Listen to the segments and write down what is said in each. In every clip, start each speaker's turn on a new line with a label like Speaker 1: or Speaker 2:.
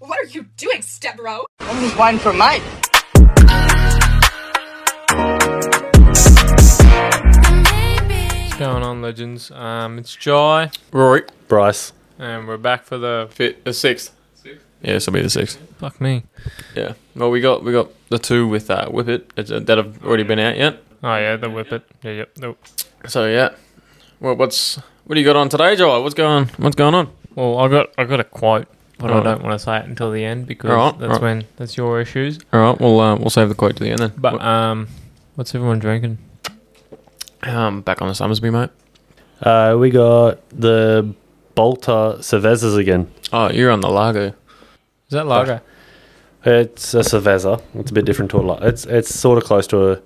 Speaker 1: What are you doing, Stebro?
Speaker 2: Only one for mine.
Speaker 3: What's going on, legends? Um, it's Jai,
Speaker 4: Rory. Bryce.
Speaker 3: and we're back for the
Speaker 4: Fit the sixth. Yeah, this will be the sixth.
Speaker 3: fuck me.
Speaker 4: Yeah. Well, we got we got the two with uh, Whip It it's, uh, that have already been out yet.
Speaker 3: Oh yeah, the whippet. Yeah, yep. Nope.
Speaker 4: So yeah. Well, what's what do you got on today, Joel? What's going What's going on?
Speaker 3: Well, I got I got a quote, but I
Speaker 4: Alright.
Speaker 3: don't want to say it until the end because
Speaker 4: Alright,
Speaker 3: that's
Speaker 4: alright.
Speaker 3: when that's your issues.
Speaker 4: All right. We'll uh, we'll save the quote to the end then.
Speaker 3: But um, what's everyone drinking?
Speaker 4: um, back on the Summersby, mate.
Speaker 5: Uh, we got the Bolter Cervezas again.
Speaker 4: Oh, you're on the Lago.
Speaker 3: Is that lager?
Speaker 5: It's a Cerveza. It's a bit different to a lager. It's it's sort of close to a,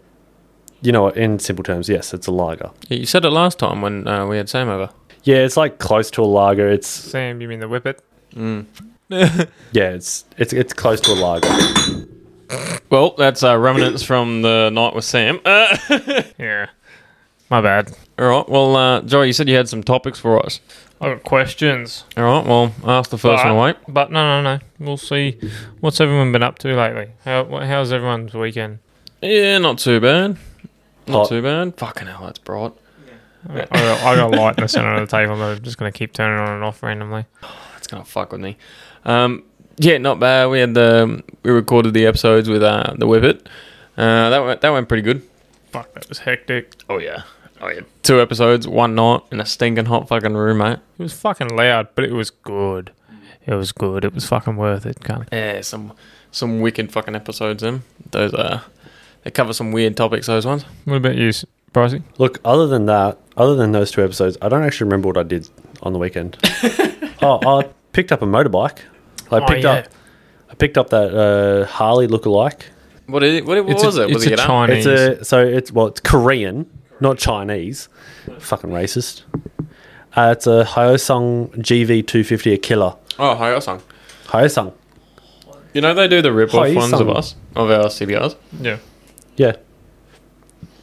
Speaker 5: you know, what, in simple terms, yes, it's a lager.
Speaker 4: Yeah, you said it last time when uh, we had Sam over.
Speaker 5: Yeah, it's like close to a lager. It's
Speaker 3: Sam, you mean the whippet?
Speaker 5: yeah, it's it's it's close to a lager.
Speaker 4: Well, that's uh, remnants from the night with Sam. Uh,
Speaker 3: Yeah. My bad.
Speaker 4: all right. Well, uh, Joel, you said you had some topics for us.
Speaker 3: I got questions.
Speaker 4: All right. Well, ask the first one away.
Speaker 3: Alright, But no, no, no. We'll see. What's everyone been up to lately? How wh- how's everyone's weekend?
Speaker 4: Yeah, not too bad. Not
Speaker 5: Hot.
Speaker 4: too bad. Fucking hell, that's bright.
Speaker 3: I got, I got a light in the center of the table. but I'm just gonna keep turning on and off randomly.
Speaker 4: That's gonna fuck with me. Um, yeah, not bad. We had the we recorded the episodes with uh, the Whippet. Uh, that went, that went pretty good.
Speaker 3: Fuck, that was hectic.
Speaker 4: Oh yeah, oh yeah. Two episodes, one night in a stinking hot fucking room, mate.
Speaker 3: It was fucking loud, but it was good. It was good. It was fucking worth it, kind of.
Speaker 4: Yeah, some some wicked fucking episodes. Them those uh, they cover some weird topics. Those ones.
Speaker 3: What about you, S- Pricey?
Speaker 5: Look, other than that, other than those two episodes, I don't actually remember what I did on the weekend. oh, I picked up a motorbike. I
Speaker 3: Oh,
Speaker 5: picked up, I picked up that uh, Harley lookalike.
Speaker 4: What is it? What, what
Speaker 3: It's a-
Speaker 4: was it? Was
Speaker 3: it's
Speaker 4: it
Speaker 3: a
Speaker 4: get up?
Speaker 3: Chinese.
Speaker 5: It's a so it's well, it's Korean, not Chinese. Fucking racist. Uh, it's a Hyosung GV250, a killer.
Speaker 4: Oh, hi, song.
Speaker 5: Hyosung.
Speaker 4: You know they do the rip off
Speaker 5: Hi,
Speaker 4: ones
Speaker 5: Sung.
Speaker 4: of us of our CBRs.
Speaker 3: Yeah.
Speaker 5: Yeah.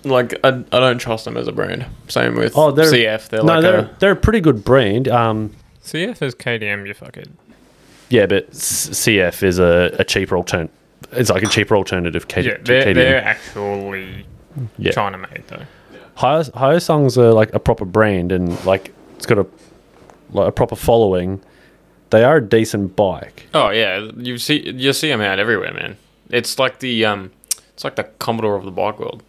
Speaker 4: Like I, I don't trust them as a brand. Same with
Speaker 5: Oh, they're
Speaker 4: CF. They're
Speaker 5: no,
Speaker 4: like
Speaker 5: they're
Speaker 4: a,
Speaker 5: they're a pretty good brand. Um,
Speaker 3: CF is KDM, you fuckhead.
Speaker 5: yeah, but S- CF is a, a cheaper altern. It's like a cheaper alternative. K-
Speaker 3: Yeah,
Speaker 5: to
Speaker 3: they're,
Speaker 5: KDM.
Speaker 3: they're actually
Speaker 5: Yeah.
Speaker 3: China made, though.
Speaker 5: Hyos- Hyosung's a, like a proper brand and like it's got a like a proper following. They are a decent bike.
Speaker 4: Oh yeah, you see you see them out everywhere, man. It's like the um, it's like the Commodore of the bike world.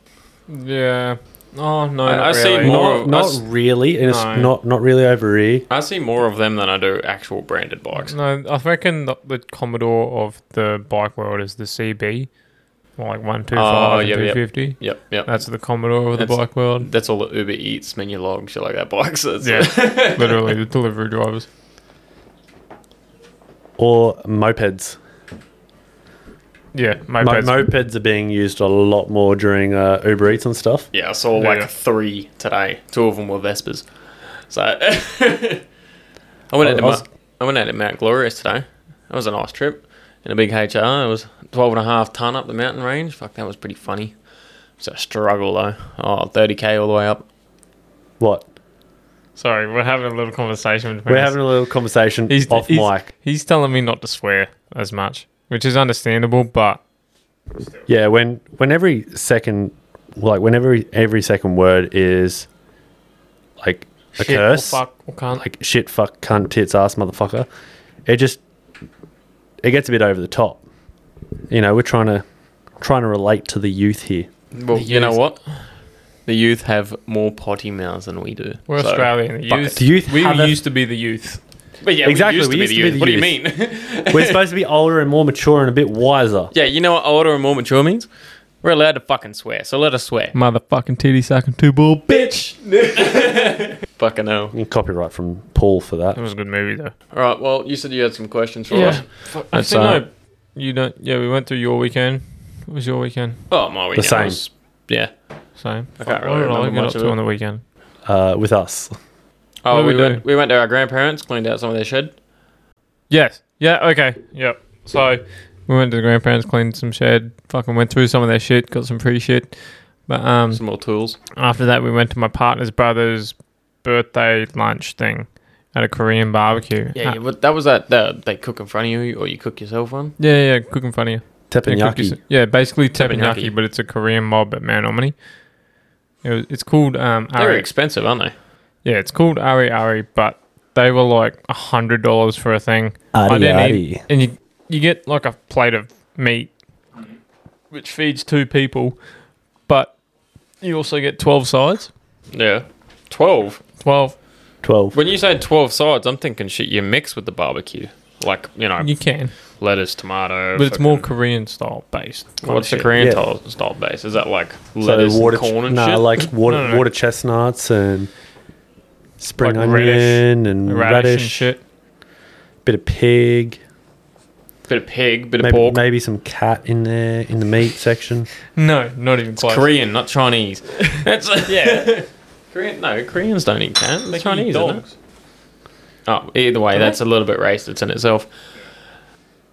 Speaker 3: Yeah. Oh, no.
Speaker 4: I-
Speaker 3: not
Speaker 4: I see
Speaker 3: really.
Speaker 4: more-
Speaker 5: Not,
Speaker 4: of
Speaker 5: not
Speaker 4: us-
Speaker 5: really, and it's
Speaker 3: No.
Speaker 5: not not really over here.
Speaker 4: I see more of them than I do actual branded bikes.
Speaker 3: No, I reckon the, the Commodore of the bike world is the CB, or like 125
Speaker 4: Oh,
Speaker 3: and
Speaker 4: yep, yep.
Speaker 3: 250.
Speaker 4: Yep, yep. That's
Speaker 3: That's the Commodore of the
Speaker 4: That's-
Speaker 3: bike world.
Speaker 4: that's all the Uber Eats menu log shit like that bikes. That's
Speaker 3: Yeah, literally the delivery drivers.
Speaker 5: or mopeds.
Speaker 3: Yeah,
Speaker 5: Mo-
Speaker 3: mopeds.
Speaker 5: Mopeds. are being used a lot more during uh, Uber Eats and stuff.
Speaker 4: yeah. I saw like
Speaker 3: Yeah.
Speaker 4: three today. Two of them were Vespers. So I went
Speaker 5: I-
Speaker 4: out
Speaker 5: I was-
Speaker 4: to Mount, I went out to Mount Glorious today. That was a nice trip in a big HR. It was 12 and a half ton up the mountain range. Fuck, that was pretty funny. It's a struggle though. Oh, 30k all the way up.
Speaker 5: What?
Speaker 3: Sorry, we're having a little conversation. Between
Speaker 5: We're
Speaker 3: us.
Speaker 5: having a little conversation
Speaker 3: he's,
Speaker 5: off
Speaker 3: he's,
Speaker 5: mic.
Speaker 3: He's telling me not to swear as much, which is understandable, but
Speaker 5: Yeah, when when every second, like when every every second word is like a
Speaker 3: shit or
Speaker 5: curse,
Speaker 3: fuck or cunt.
Speaker 5: like shit, fuck, cunt, tits, ass, motherfucker. It just it gets a bit over the top. You know, we're trying to trying to relate to the youth here.
Speaker 4: Well, you know what? The youth have more potty mouths than we do.
Speaker 3: we're
Speaker 4: So-
Speaker 3: Australian. The
Speaker 4: fuck
Speaker 3: youth,
Speaker 4: it.
Speaker 5: The youth
Speaker 3: we
Speaker 5: have a-
Speaker 3: used to be the youth.
Speaker 4: But yeah,
Speaker 5: Exactly,
Speaker 4: We used to be the youth.
Speaker 5: the
Speaker 4: What do you mean?
Speaker 5: We're supposed to be older and more mature and a bit wiser.
Speaker 4: yeah, you know what older and more mature means? We're allowed to fucking swear, so let us swear.
Speaker 3: Motherfucking titty sucking two bull.
Speaker 4: Bitch! fucking hell.
Speaker 5: Copyright from Paul for that.
Speaker 3: That was a good movie though.
Speaker 4: All right, well, you said you had some questions for us.
Speaker 3: Actually,
Speaker 4: uh,
Speaker 3: no, you don't. Yeah, we went through your weekend. What was your weekend?
Speaker 4: Oh, my weekend
Speaker 5: same.
Speaker 4: was- yeah.
Speaker 3: Same.
Speaker 4: I can't
Speaker 3: Fuck,
Speaker 4: really
Speaker 3: what did I
Speaker 4: remember
Speaker 3: get
Speaker 4: much
Speaker 3: up
Speaker 4: of
Speaker 3: to
Speaker 4: it.
Speaker 3: on the weekend?
Speaker 5: Uh, with us.
Speaker 4: Oh,
Speaker 3: did
Speaker 4: we,
Speaker 3: we
Speaker 4: went,
Speaker 3: do?
Speaker 4: we went to our grandparents, cleaned out some of their shed.
Speaker 3: Yes. Yeah. Okay. Yep. So we went to the grandparents, cleaned some shed, fucking went through some of their shit, got some free shit. But um,
Speaker 4: Some more tools.
Speaker 3: after that, we went to my partner's brother's birthday lunch thing, at a Korean barbecue.
Speaker 4: Yeah,
Speaker 3: Ah,
Speaker 4: yeah, but that was that, that they cook in front of you or you cook yourself one.
Speaker 3: yeah, yeah, cooking funny. Yeah, cookies.
Speaker 5: Teppanyaki.
Speaker 3: Yeah, basically teppanyaki,
Speaker 4: Teppanyaki.
Speaker 3: but it's a Korean mob at Mount Omni. It was, it's called um,
Speaker 4: They're
Speaker 3: Ari.
Speaker 4: expensive, aren't they?
Speaker 3: Yeah, it's called Ari Ari, but they were like a hundred dollars for a thing.
Speaker 5: Ari
Speaker 3: Eat,
Speaker 5: Ari.
Speaker 3: and you you get like a plate of meat, which feeds two people, but you also get twelve sides.
Speaker 4: Yeah. 12.
Speaker 3: Twelve,
Speaker 5: Twelve.
Speaker 4: When you say 12 sides, I'm thinking shit you mix with the barbecue. Like, you know,
Speaker 3: you can,
Speaker 4: lettuce, tomato.
Speaker 3: but it's more
Speaker 4: fucking-
Speaker 3: Korean style based. kind
Speaker 4: What's
Speaker 3: of
Speaker 4: the
Speaker 3: shit.
Speaker 4: Korean
Speaker 5: Yeah.
Speaker 4: style style base? Is that like
Speaker 5: So
Speaker 4: lettuce,
Speaker 5: water,
Speaker 4: and corn, and
Speaker 5: nah,
Speaker 4: shit?
Speaker 5: like water,
Speaker 3: No, no, no.
Speaker 5: water chestnuts and spring
Speaker 3: Like
Speaker 5: onion
Speaker 3: radish.
Speaker 5: and
Speaker 3: Radish,
Speaker 5: radish,
Speaker 3: and shit.
Speaker 5: bit of pig,
Speaker 4: bit of pig, bit of
Speaker 5: maybe,
Speaker 4: pork.
Speaker 5: maybe some cat in there in the meat section.
Speaker 3: No, not even
Speaker 4: It's
Speaker 3: close.
Speaker 4: Korean, not Chinese. That's yeah. Korean, no, Koreans don't eat cat. They're
Speaker 3: They can eat
Speaker 4: Chinese, isn't it?
Speaker 3: dogs.
Speaker 4: Oh, either way, that's a little bit racist in itself.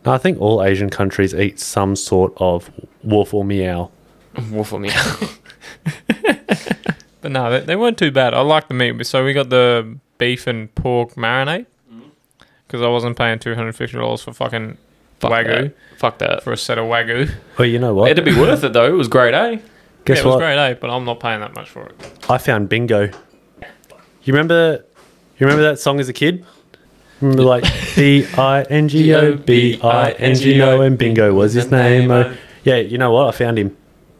Speaker 5: No, I think all Asian countries eat some sort of wolf or meow.
Speaker 4: Wolf on me.
Speaker 3: But no, they, they weren't too bad. I like the meat. So we got the beef and pork marinade
Speaker 4: Mm-hmm.
Speaker 3: because I wasn't paying two hundred fifty dollars for fucking
Speaker 4: Fuck
Speaker 3: wagyu
Speaker 4: that. Fuck that.
Speaker 3: for a set of wagyu.
Speaker 5: Well, you know what?
Speaker 4: It'd be worth it though. It was great, eh?
Speaker 5: Guess
Speaker 3: yeah, it was
Speaker 5: what?
Speaker 3: great, eh? But I'm not paying that much for it.
Speaker 5: I found bingo. You remember? You remember that song as a kid? Remember like B I N G O B I N G O and bingo was his name. Oh, yeah, you know what? I found him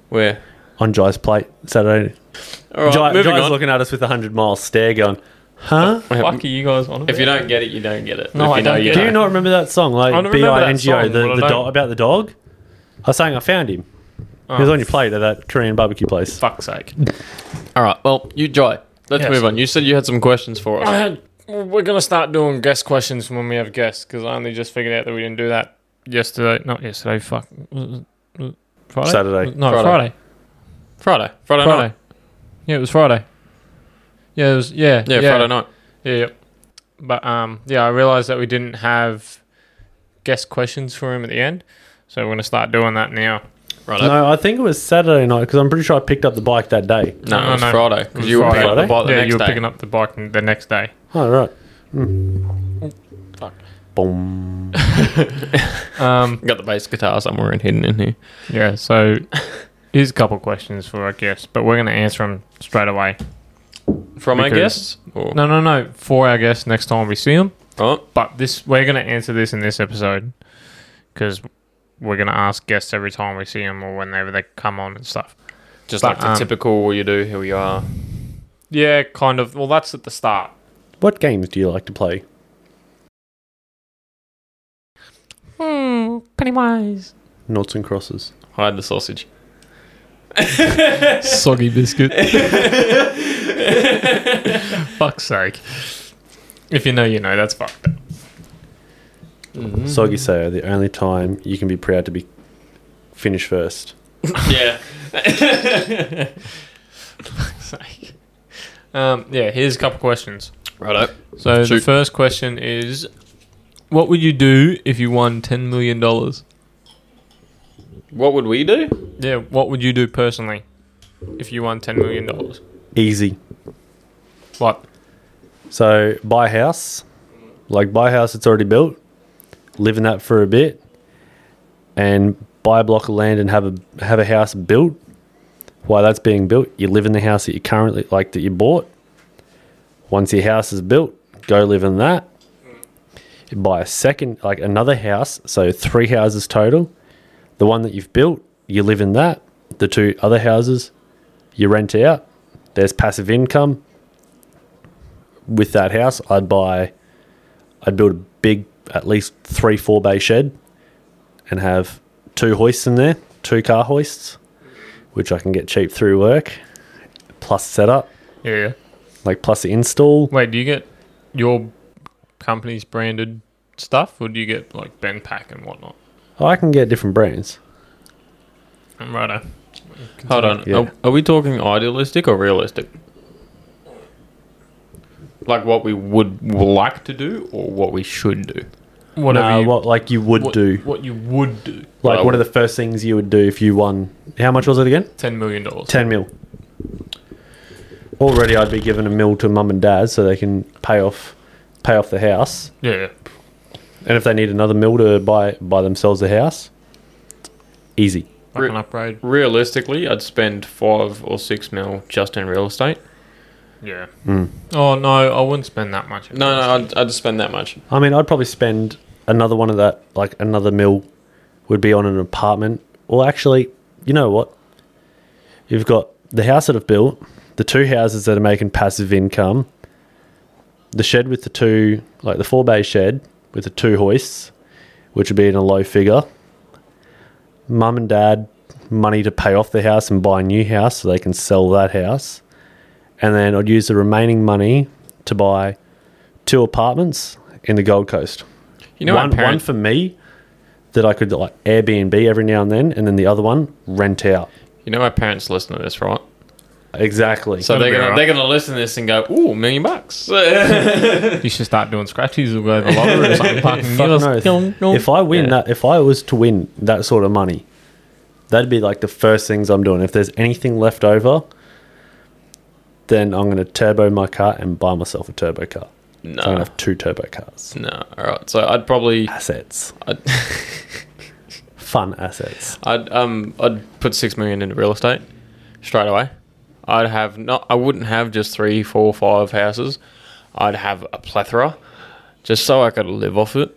Speaker 4: Where?
Speaker 5: on Jai's plate Saturday.
Speaker 4: All right,
Speaker 5: Jai,
Speaker 4: moving
Speaker 5: Jai's
Speaker 4: on.
Speaker 5: looking at us with a hundred mile stare, going, "Huh?
Speaker 3: Fuck are you guys on?
Speaker 4: If you
Speaker 3: about?
Speaker 4: don't get it, you don't get it.
Speaker 3: No,
Speaker 4: if
Speaker 3: I
Speaker 4: you know,
Speaker 3: don't
Speaker 4: you
Speaker 3: get
Speaker 5: Do
Speaker 3: it.
Speaker 5: you not remember that song?
Speaker 3: I
Speaker 5: Like
Speaker 3: don't
Speaker 5: B
Speaker 3: remember that
Speaker 5: I N G O,
Speaker 3: song, but
Speaker 5: the,
Speaker 3: I
Speaker 5: the
Speaker 3: don't-
Speaker 5: dog about the dog." I was saying I found him.
Speaker 3: Oh.
Speaker 5: He was on your plate at that Korean barbecue place.
Speaker 3: fuck's sake.
Speaker 4: All right. Well, you Jai. Let's
Speaker 3: Yes.
Speaker 4: move on. You said you had some questions for us.
Speaker 3: I had, we're gonna start doing guest questions when we have guests because I only just figured out that we didn't do that yesterday. Not yesterday. Fuck. Was it- was it Friday.
Speaker 5: Saturday.
Speaker 3: No,
Speaker 4: Friday.
Speaker 3: Friday. Friday.
Speaker 4: Friday. Friday, night.
Speaker 3: Yeah, it was Friday. Yeah, it was. Yeah.
Speaker 4: Yeah, Friday night.
Speaker 3: Yeah. Yep. But um, yeah, I realized that we didn't have guest questions for him at the end, so we're gonna start doing that now.
Speaker 4: Right. No,
Speaker 5: No, I think it was Saturday night because I'm pretty sure I picked up the bike that day.
Speaker 4: no,
Speaker 3: No,
Speaker 4: it was
Speaker 3: no.
Speaker 4: Friday
Speaker 3: It was
Speaker 4: because you were picking up the
Speaker 5: Friday?
Speaker 4: bike the
Speaker 3: yeah,
Speaker 4: next
Speaker 3: you were
Speaker 4: day.
Speaker 3: picking up Oh, the bike the next day.
Speaker 5: Oh, right. Mm.
Speaker 4: Fuck.
Speaker 5: Boom.
Speaker 3: Um,
Speaker 4: Got the bass guitar somewhere and hidden in here.
Speaker 3: Yeah, so here's a couple questions for our guests, but we're going to answer them straight away. Because-
Speaker 4: From our guests? Or,
Speaker 3: No, no, no, for our guests next time we see them.
Speaker 4: Oh,
Speaker 3: But this, we're going to answer this in this episode because we're going to ask guests every time we see them or whenever they come on and stuff.
Speaker 4: just
Speaker 3: But,
Speaker 4: like the
Speaker 3: um,
Speaker 4: typical, what you do, who you are.
Speaker 3: Yeah, kind of. Well, that's at the start.
Speaker 5: What games do you like to play?
Speaker 3: Hmm, Pennywise.
Speaker 5: Noughts and crosses.
Speaker 4: Hide the sausage.
Speaker 3: Soggy biscuit. Fuck's sake. If you know, you know. That's fucked up. Mm-hmm.
Speaker 5: Soggy Sayo, the only time you can be proud to be finished first.
Speaker 4: Yeah.
Speaker 3: Um, yeah, here's a couple questions.
Speaker 4: Righto.
Speaker 3: So the
Speaker 4: Shoot.
Speaker 3: first question is, what would you do if you won ten million dollars?
Speaker 4: What would we do?
Speaker 3: Yeah, what would you do personally if you won ten million dollars?
Speaker 5: Easy.
Speaker 3: What?
Speaker 5: So buy a house. Like buy a house that's already built. Live in that for a bit. And buy a block of land and have a have a house built. While that's being built, you live in the house that you currently like that you bought. Once your house is built, go live in that. You buy a second like another house, so three houses total. The one that you've built, you live in that. The two other houses, you rent out. There's passive income with that house, I'd buy, I'd build a big, at least three, four bay shed and have two hoists in there, two car hoists, which I can get cheap through work, plus setup,
Speaker 3: Yeah.
Speaker 5: like plus the install.
Speaker 3: Wait, do you get your company's branded stuff, or do you get like Ben Pack and whatnot?
Speaker 5: I can get different brands.
Speaker 3: I'm righto.
Speaker 4: Hold on.
Speaker 5: Yeah.
Speaker 4: Are, are we talking idealistic or realistic? Like what we would like to do or what we should do?
Speaker 3: Whatever
Speaker 5: Nah,
Speaker 3: you
Speaker 5: what like you would
Speaker 3: what-
Speaker 5: do,
Speaker 3: What you would do?
Speaker 5: like
Speaker 4: I
Speaker 5: one of the first things you would do if you won. How much was it again?
Speaker 3: Ten million dollars.
Speaker 5: Ten mil. Already, I'd be giving a mil to mum and dad so they can pay off, pay off the house,
Speaker 3: Yeah.
Speaker 5: and if they need another mill to buy buy themselves a house, easy.
Speaker 3: I can upgrade.
Speaker 4: Realistically, I'd spend five or six mil just in real estate.
Speaker 3: Yeah.
Speaker 5: Hmm.
Speaker 3: Oh no, I wouldn't spend that much.
Speaker 4: No, no, I'd, I'd spend that much.
Speaker 5: I mean, I'd probably spend another one of that, like another mill would be on an apartment. Well, actually, you know what? You've got the house that I've built, the two houses that are making passive income, the shed with the two, like the four bay shed with the two hoists, which would be in a low figure. Mum and dad, money to pay off the house and buy a new house so they can sell that house. And then I'd use the remaining money to buy two apartments in the Gold Coast.
Speaker 4: You know,
Speaker 5: one,
Speaker 4: my
Speaker 5: one
Speaker 4: parents.
Speaker 5: for me that I could like Airbnb every now and then, and then the other one rent out.
Speaker 4: you know, my parents listen to this, right?
Speaker 5: Exactly.
Speaker 4: So
Speaker 3: That'd
Speaker 4: they're
Speaker 3: be
Speaker 4: gonna
Speaker 3: alright.
Speaker 4: they're gonna listen to this and go, ooh, million bucks.
Speaker 3: You should start doing scratchies or go to the lottery or something. Fucking
Speaker 5: Fuck
Speaker 3: give us-
Speaker 5: knows.
Speaker 3: Don't- don't-
Speaker 5: if I win
Speaker 4: Yeah.
Speaker 5: that, if I was to win that sort of money, that'd be like the first things I'm doing. If there's anything left over, then I'm going to turbo my car and buy myself a turbo car. So I'm going
Speaker 4: no,
Speaker 5: to have two turbo cars.
Speaker 4: no. All right. So I'd probably
Speaker 5: Assets.
Speaker 4: I'd,
Speaker 5: Fun assets.
Speaker 4: I'd um I'd put six million into real estate straight away. I'd have not I wouldn't have just three, four, five houses. I'd have a plethora, just so I could live off it.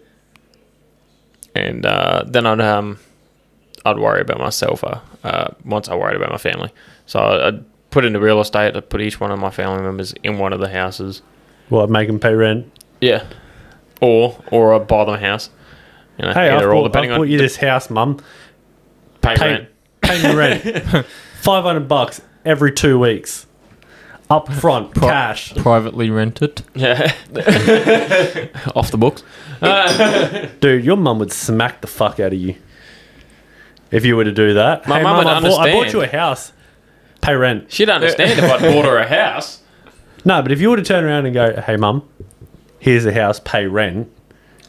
Speaker 4: And uh, then I'd um I'd worry about myself uh, uh, once I worried about my family. So I- I'd put into real estate. I'd put each one of my family members in one of the houses.
Speaker 5: Well, I'd make them pay rent.
Speaker 4: Yeah, or or I'd buy them a house. You know,
Speaker 5: Hey, I've
Speaker 4: either all
Speaker 5: bought, I've
Speaker 4: depending
Speaker 5: bought
Speaker 4: on
Speaker 5: you this house, mum.
Speaker 4: pay
Speaker 5: pay-
Speaker 4: rent.
Speaker 5: paying your rent. Five hundred bucks every two weeks. Up front, cash.
Speaker 3: privately rent it.
Speaker 4: Yeah, off the books.
Speaker 5: Dude, your mum would smack the fuck out of you. If you were to do that.
Speaker 4: My mum would
Speaker 5: I bought, I bought
Speaker 4: understand.
Speaker 5: you a house. Pay rent.
Speaker 4: She'd understand if I bought her a house.
Speaker 5: No, but if you were to turn around and go, Hey mum, here's a house, pay rent,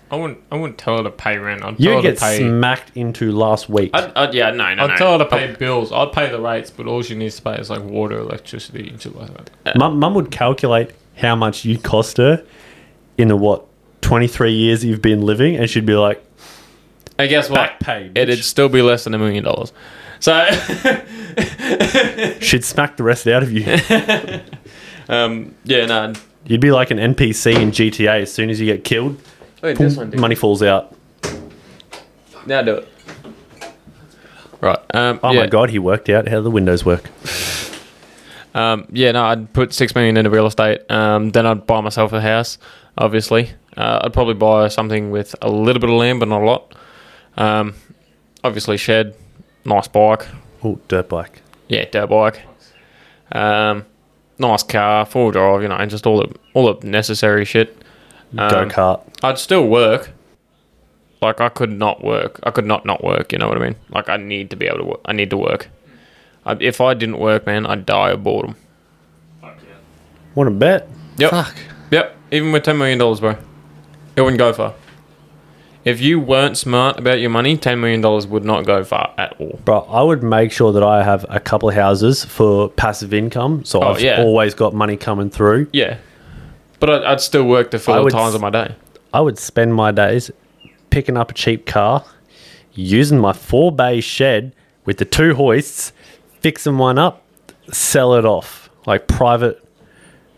Speaker 3: I wouldn't. I wouldn't tell her to pay rent. I'd tell
Speaker 5: you'd
Speaker 3: her to
Speaker 5: get
Speaker 3: pay.
Speaker 5: smacked into last week.
Speaker 4: I'd, I'd, yeah, no, no,
Speaker 3: I'd
Speaker 4: no.
Speaker 3: tell her to pay bills. I'd pay the rates, but all she needs to pay is like water, electricity, and shit like that.
Speaker 5: mum mum would calculate how much you cost her in the what, twenty three years you've been living and she'd be like,
Speaker 4: And guess what?
Speaker 5: Back pay. bitch.
Speaker 4: It'd still be less than a million dollars. So,
Speaker 5: She'd smack the rest out of you.
Speaker 4: um, yeah, no.
Speaker 5: You'd be like an NPC in GTA. As soon as you get killed,
Speaker 4: Wait, this one,
Speaker 5: money falls out.
Speaker 4: Now do it. Right. Um,
Speaker 5: Oh
Speaker 4: yeah,
Speaker 5: my god, he worked out how the windows work.
Speaker 4: Um, yeah, no, I'd put six million into real estate. Um, then I'd buy myself a house, obviously. Uh, I'd probably buy something with a little bit of land, but not a lot. Um, obviously, shed, nice bike,
Speaker 5: Oh, dirt bike.
Speaker 4: Yeah, dirt bike. Um, nice car, four wheel drive, you know, and just all the all the necessary shit.
Speaker 5: Go
Speaker 4: Um,
Speaker 5: kart.
Speaker 4: I'd still work. Like I could not work. I could not not work. You know what I mean? Like I need to be able to. Work. I need to work. I, if I didn't work, man, I'd die of boredom.
Speaker 5: Want to bet?
Speaker 4: Yep. Yep. Even with ten million dollars, bro, it wouldn't go far. If you weren't smart about your money, ten million dollars would not go far at all.
Speaker 5: Bro, I would make sure that I have a couple of houses for passive income. So
Speaker 4: Oh,
Speaker 5: I've
Speaker 4: yeah.
Speaker 5: always got money coming through.
Speaker 4: Yeah. But I'd, I'd still work to
Speaker 5: I
Speaker 4: fill the
Speaker 5: would
Speaker 4: times
Speaker 5: s-
Speaker 4: of my day.
Speaker 5: I would spend my days picking up a cheap car, using my four bay shed with the two hoists, fixing one up, sell it off like private,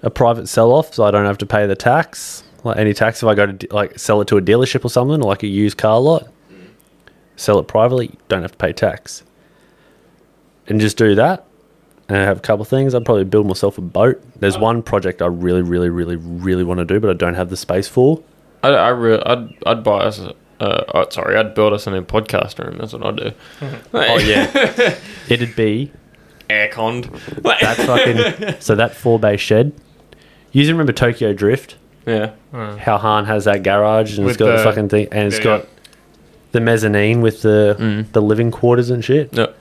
Speaker 5: a private sell off, so I don't have to pay the tax, like any tax if I go to de- like sell it to a dealership or something, or like a used car lot, sell it privately, don't have to pay tax, and just do that. And I have a couple of things. I'd probably build myself a boat. There's one project I really, really, really, really want to do, but I don't have the space for.
Speaker 4: I, I re- I'd, I'd buy us. a- Uh, oh, sorry, I'd build us a new podcast room. That's what I'd do. oh yeah,
Speaker 5: It'd be
Speaker 4: aircon.
Speaker 5: that fucking so that four bay shed. You guys remember Tokyo Drift?
Speaker 4: Yeah,
Speaker 5: How Han has that garage and
Speaker 3: With
Speaker 5: it's got the,
Speaker 3: the-
Speaker 5: fucking thing, and it's
Speaker 3: yeah,
Speaker 5: got the mezzanine with the
Speaker 4: Mm.
Speaker 5: the living quarters and shit.
Speaker 4: no,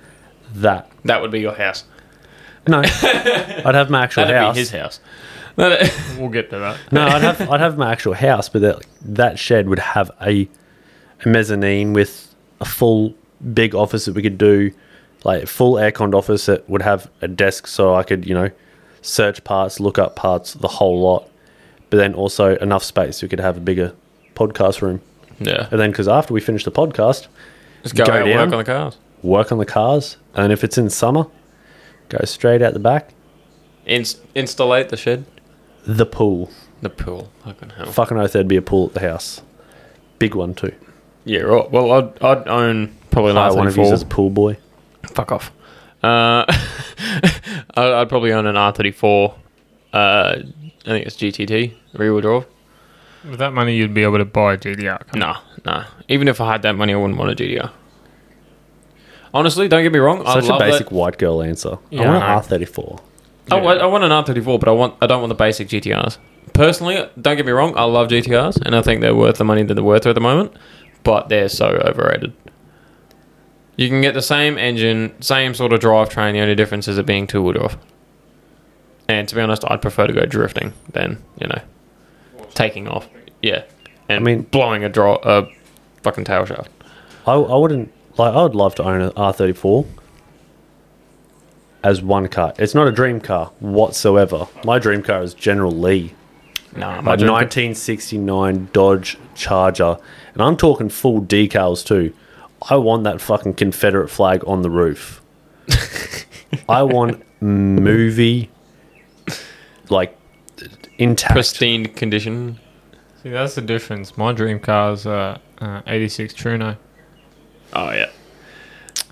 Speaker 5: That
Speaker 4: that would be your house.
Speaker 5: no, I'd have my actual
Speaker 4: That'd
Speaker 5: house.
Speaker 4: be his house. That'd-
Speaker 3: We'll get to that.
Speaker 5: No, I'd have I'd have my actual house, but that that shed would have a, a mezzanine with a full big office that we could do, like full aircon office that would have a desk so I could you know search parts, look up parts, the whole lot. but then also enough space. We could have a bigger podcast room.
Speaker 4: Yeah.
Speaker 5: And then, because after we finish the podcast,
Speaker 4: Just go,
Speaker 5: Go
Speaker 4: out,
Speaker 5: down.
Speaker 4: work on the cars.
Speaker 5: work on the cars. And if it's in summer, go straight out the back.
Speaker 4: Inst- installate the shed.
Speaker 5: The pool.
Speaker 4: The pool. Fucking hell.
Speaker 5: Fucking oath, there'd be a pool at the house. Big one, too.
Speaker 4: Yeah, right. Well, I'd, I'd own probably an
Speaker 5: Hire one of you as a
Speaker 4: R34.
Speaker 5: pool boy.
Speaker 4: Fuck off. Uh, I'd, I'd probably own an R34. Uh, I think it's GTT, rear wheel drive.
Speaker 3: With that money, you'd be able to buy a GDR.
Speaker 4: Nah, nah. Even if I had that money, I wouldn't want a GDR. Honestly, don't get me wrong. I
Speaker 5: Such a
Speaker 4: love
Speaker 5: basic
Speaker 4: that-
Speaker 5: white girl answer.
Speaker 4: Yeah,
Speaker 5: I want
Speaker 4: I know.
Speaker 5: an R34.
Speaker 4: I, wa- I want an R34, but I want I don't want the basic GTRs. Personally, don't get me wrong, I love GTRs, and I think they're worth the money that they're worth at the moment, but they're so overrated. You can get the same engine, same sort of drivetrain. The only difference is it being two wheel drive. And to be honest, I'd prefer to go drifting than you know taking off. Yeah, and
Speaker 5: I mean-
Speaker 4: blowing a draw a fucking tail shaft.
Speaker 5: I, I wouldn't like. I would love to own an R34 as one car. It's not a dream car whatsoever. My dream car is General Lee,
Speaker 4: Nah,
Speaker 5: a
Speaker 4: my dream-
Speaker 5: 1969 Dodge Charger, and I'm talking full decals too. I want that fucking Confederate flag on the roof. I want movie like intact.
Speaker 4: pristine condition.
Speaker 3: See, that's the difference. My dream car's uh, uh, 86 Truno.
Speaker 4: Oh yeah,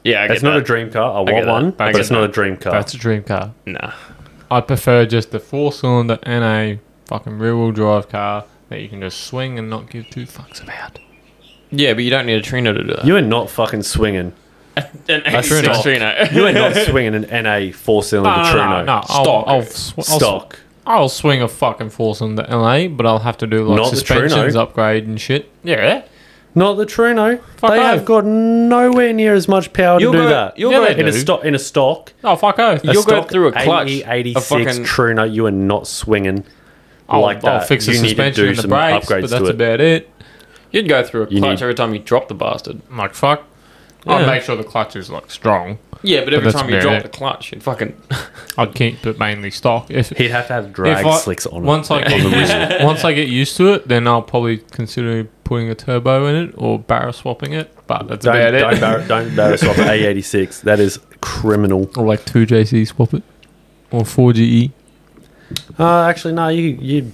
Speaker 4: yeah. I
Speaker 5: It's
Speaker 4: get
Speaker 5: not a
Speaker 4: that.
Speaker 5: dream car. I
Speaker 4: get
Speaker 5: want
Speaker 4: that.
Speaker 5: one,
Speaker 4: I
Speaker 5: but
Speaker 4: get
Speaker 5: it's not a
Speaker 4: that.
Speaker 5: dream car.
Speaker 3: That's a dream car.
Speaker 4: Nah.
Speaker 3: I'd prefer just a four cylinder and a fucking rear wheel drive car that you can just swing and not give two fucks about.
Speaker 4: Yeah, but you don't need a Trino to do that.
Speaker 5: you are not fucking swinging.
Speaker 4: an
Speaker 3: Trino.
Speaker 4: Trino.
Speaker 5: You are not swinging an NA four cylinder Truno.
Speaker 3: no, I'll,
Speaker 4: Stock.
Speaker 3: I'll, sw- I'll, Stock.
Speaker 5: Stock.
Speaker 3: I'll swing a fucking four cylinder LA, but I'll have to do like
Speaker 5: Not the
Speaker 3: suspensions
Speaker 5: Truno.
Speaker 3: upgrade and shit. Yeah.
Speaker 5: Not the Truno.
Speaker 3: Fuck
Speaker 5: they
Speaker 3: off.
Speaker 5: have got nowhere near as much power
Speaker 4: You'll
Speaker 5: to do
Speaker 4: go-
Speaker 5: that.
Speaker 4: you'll
Speaker 3: Yeah, go- they
Speaker 5: in a
Speaker 3: do.
Speaker 5: stock in a stock.
Speaker 3: Oh, fuck off.
Speaker 5: a
Speaker 4: You'll go
Speaker 5: stock
Speaker 4: through a clutch,
Speaker 5: AE
Speaker 4: a
Speaker 5: 86
Speaker 4: fucking-
Speaker 5: Truno. You are not swinging
Speaker 3: I'll,
Speaker 5: like that.
Speaker 3: I'll fix the
Speaker 5: you need to
Speaker 3: suspension
Speaker 5: do
Speaker 3: and the
Speaker 5: some
Speaker 3: brakes,
Speaker 5: upgrades
Speaker 3: but that's
Speaker 5: to it.
Speaker 3: about it.
Speaker 4: You'd go through a
Speaker 5: You
Speaker 4: clutch
Speaker 5: need-
Speaker 4: every time you drop the bastard.
Speaker 3: I'm like, fuck.
Speaker 4: Yeah.
Speaker 3: I'll make sure the clutch is like strong.
Speaker 4: Yeah, but every
Speaker 3: that's
Speaker 4: time you
Speaker 3: about
Speaker 4: drop
Speaker 3: it.
Speaker 4: the clutch, you'd fucking.
Speaker 3: I'd keep it mainly stock. If,
Speaker 5: He'd have to have drag
Speaker 3: if I-
Speaker 5: slicks on
Speaker 3: once
Speaker 5: it.
Speaker 3: I get used, once I get used to it, then I'll probably consider putting a turbo in it or barrel swapping it. But that's
Speaker 5: don't,
Speaker 3: about
Speaker 5: don't,
Speaker 3: it.
Speaker 5: bar- don't barrel swap an A86. That is criminal.
Speaker 3: or like two JC swap it, or four E. GE.
Speaker 5: Uh, actually, no. You, you,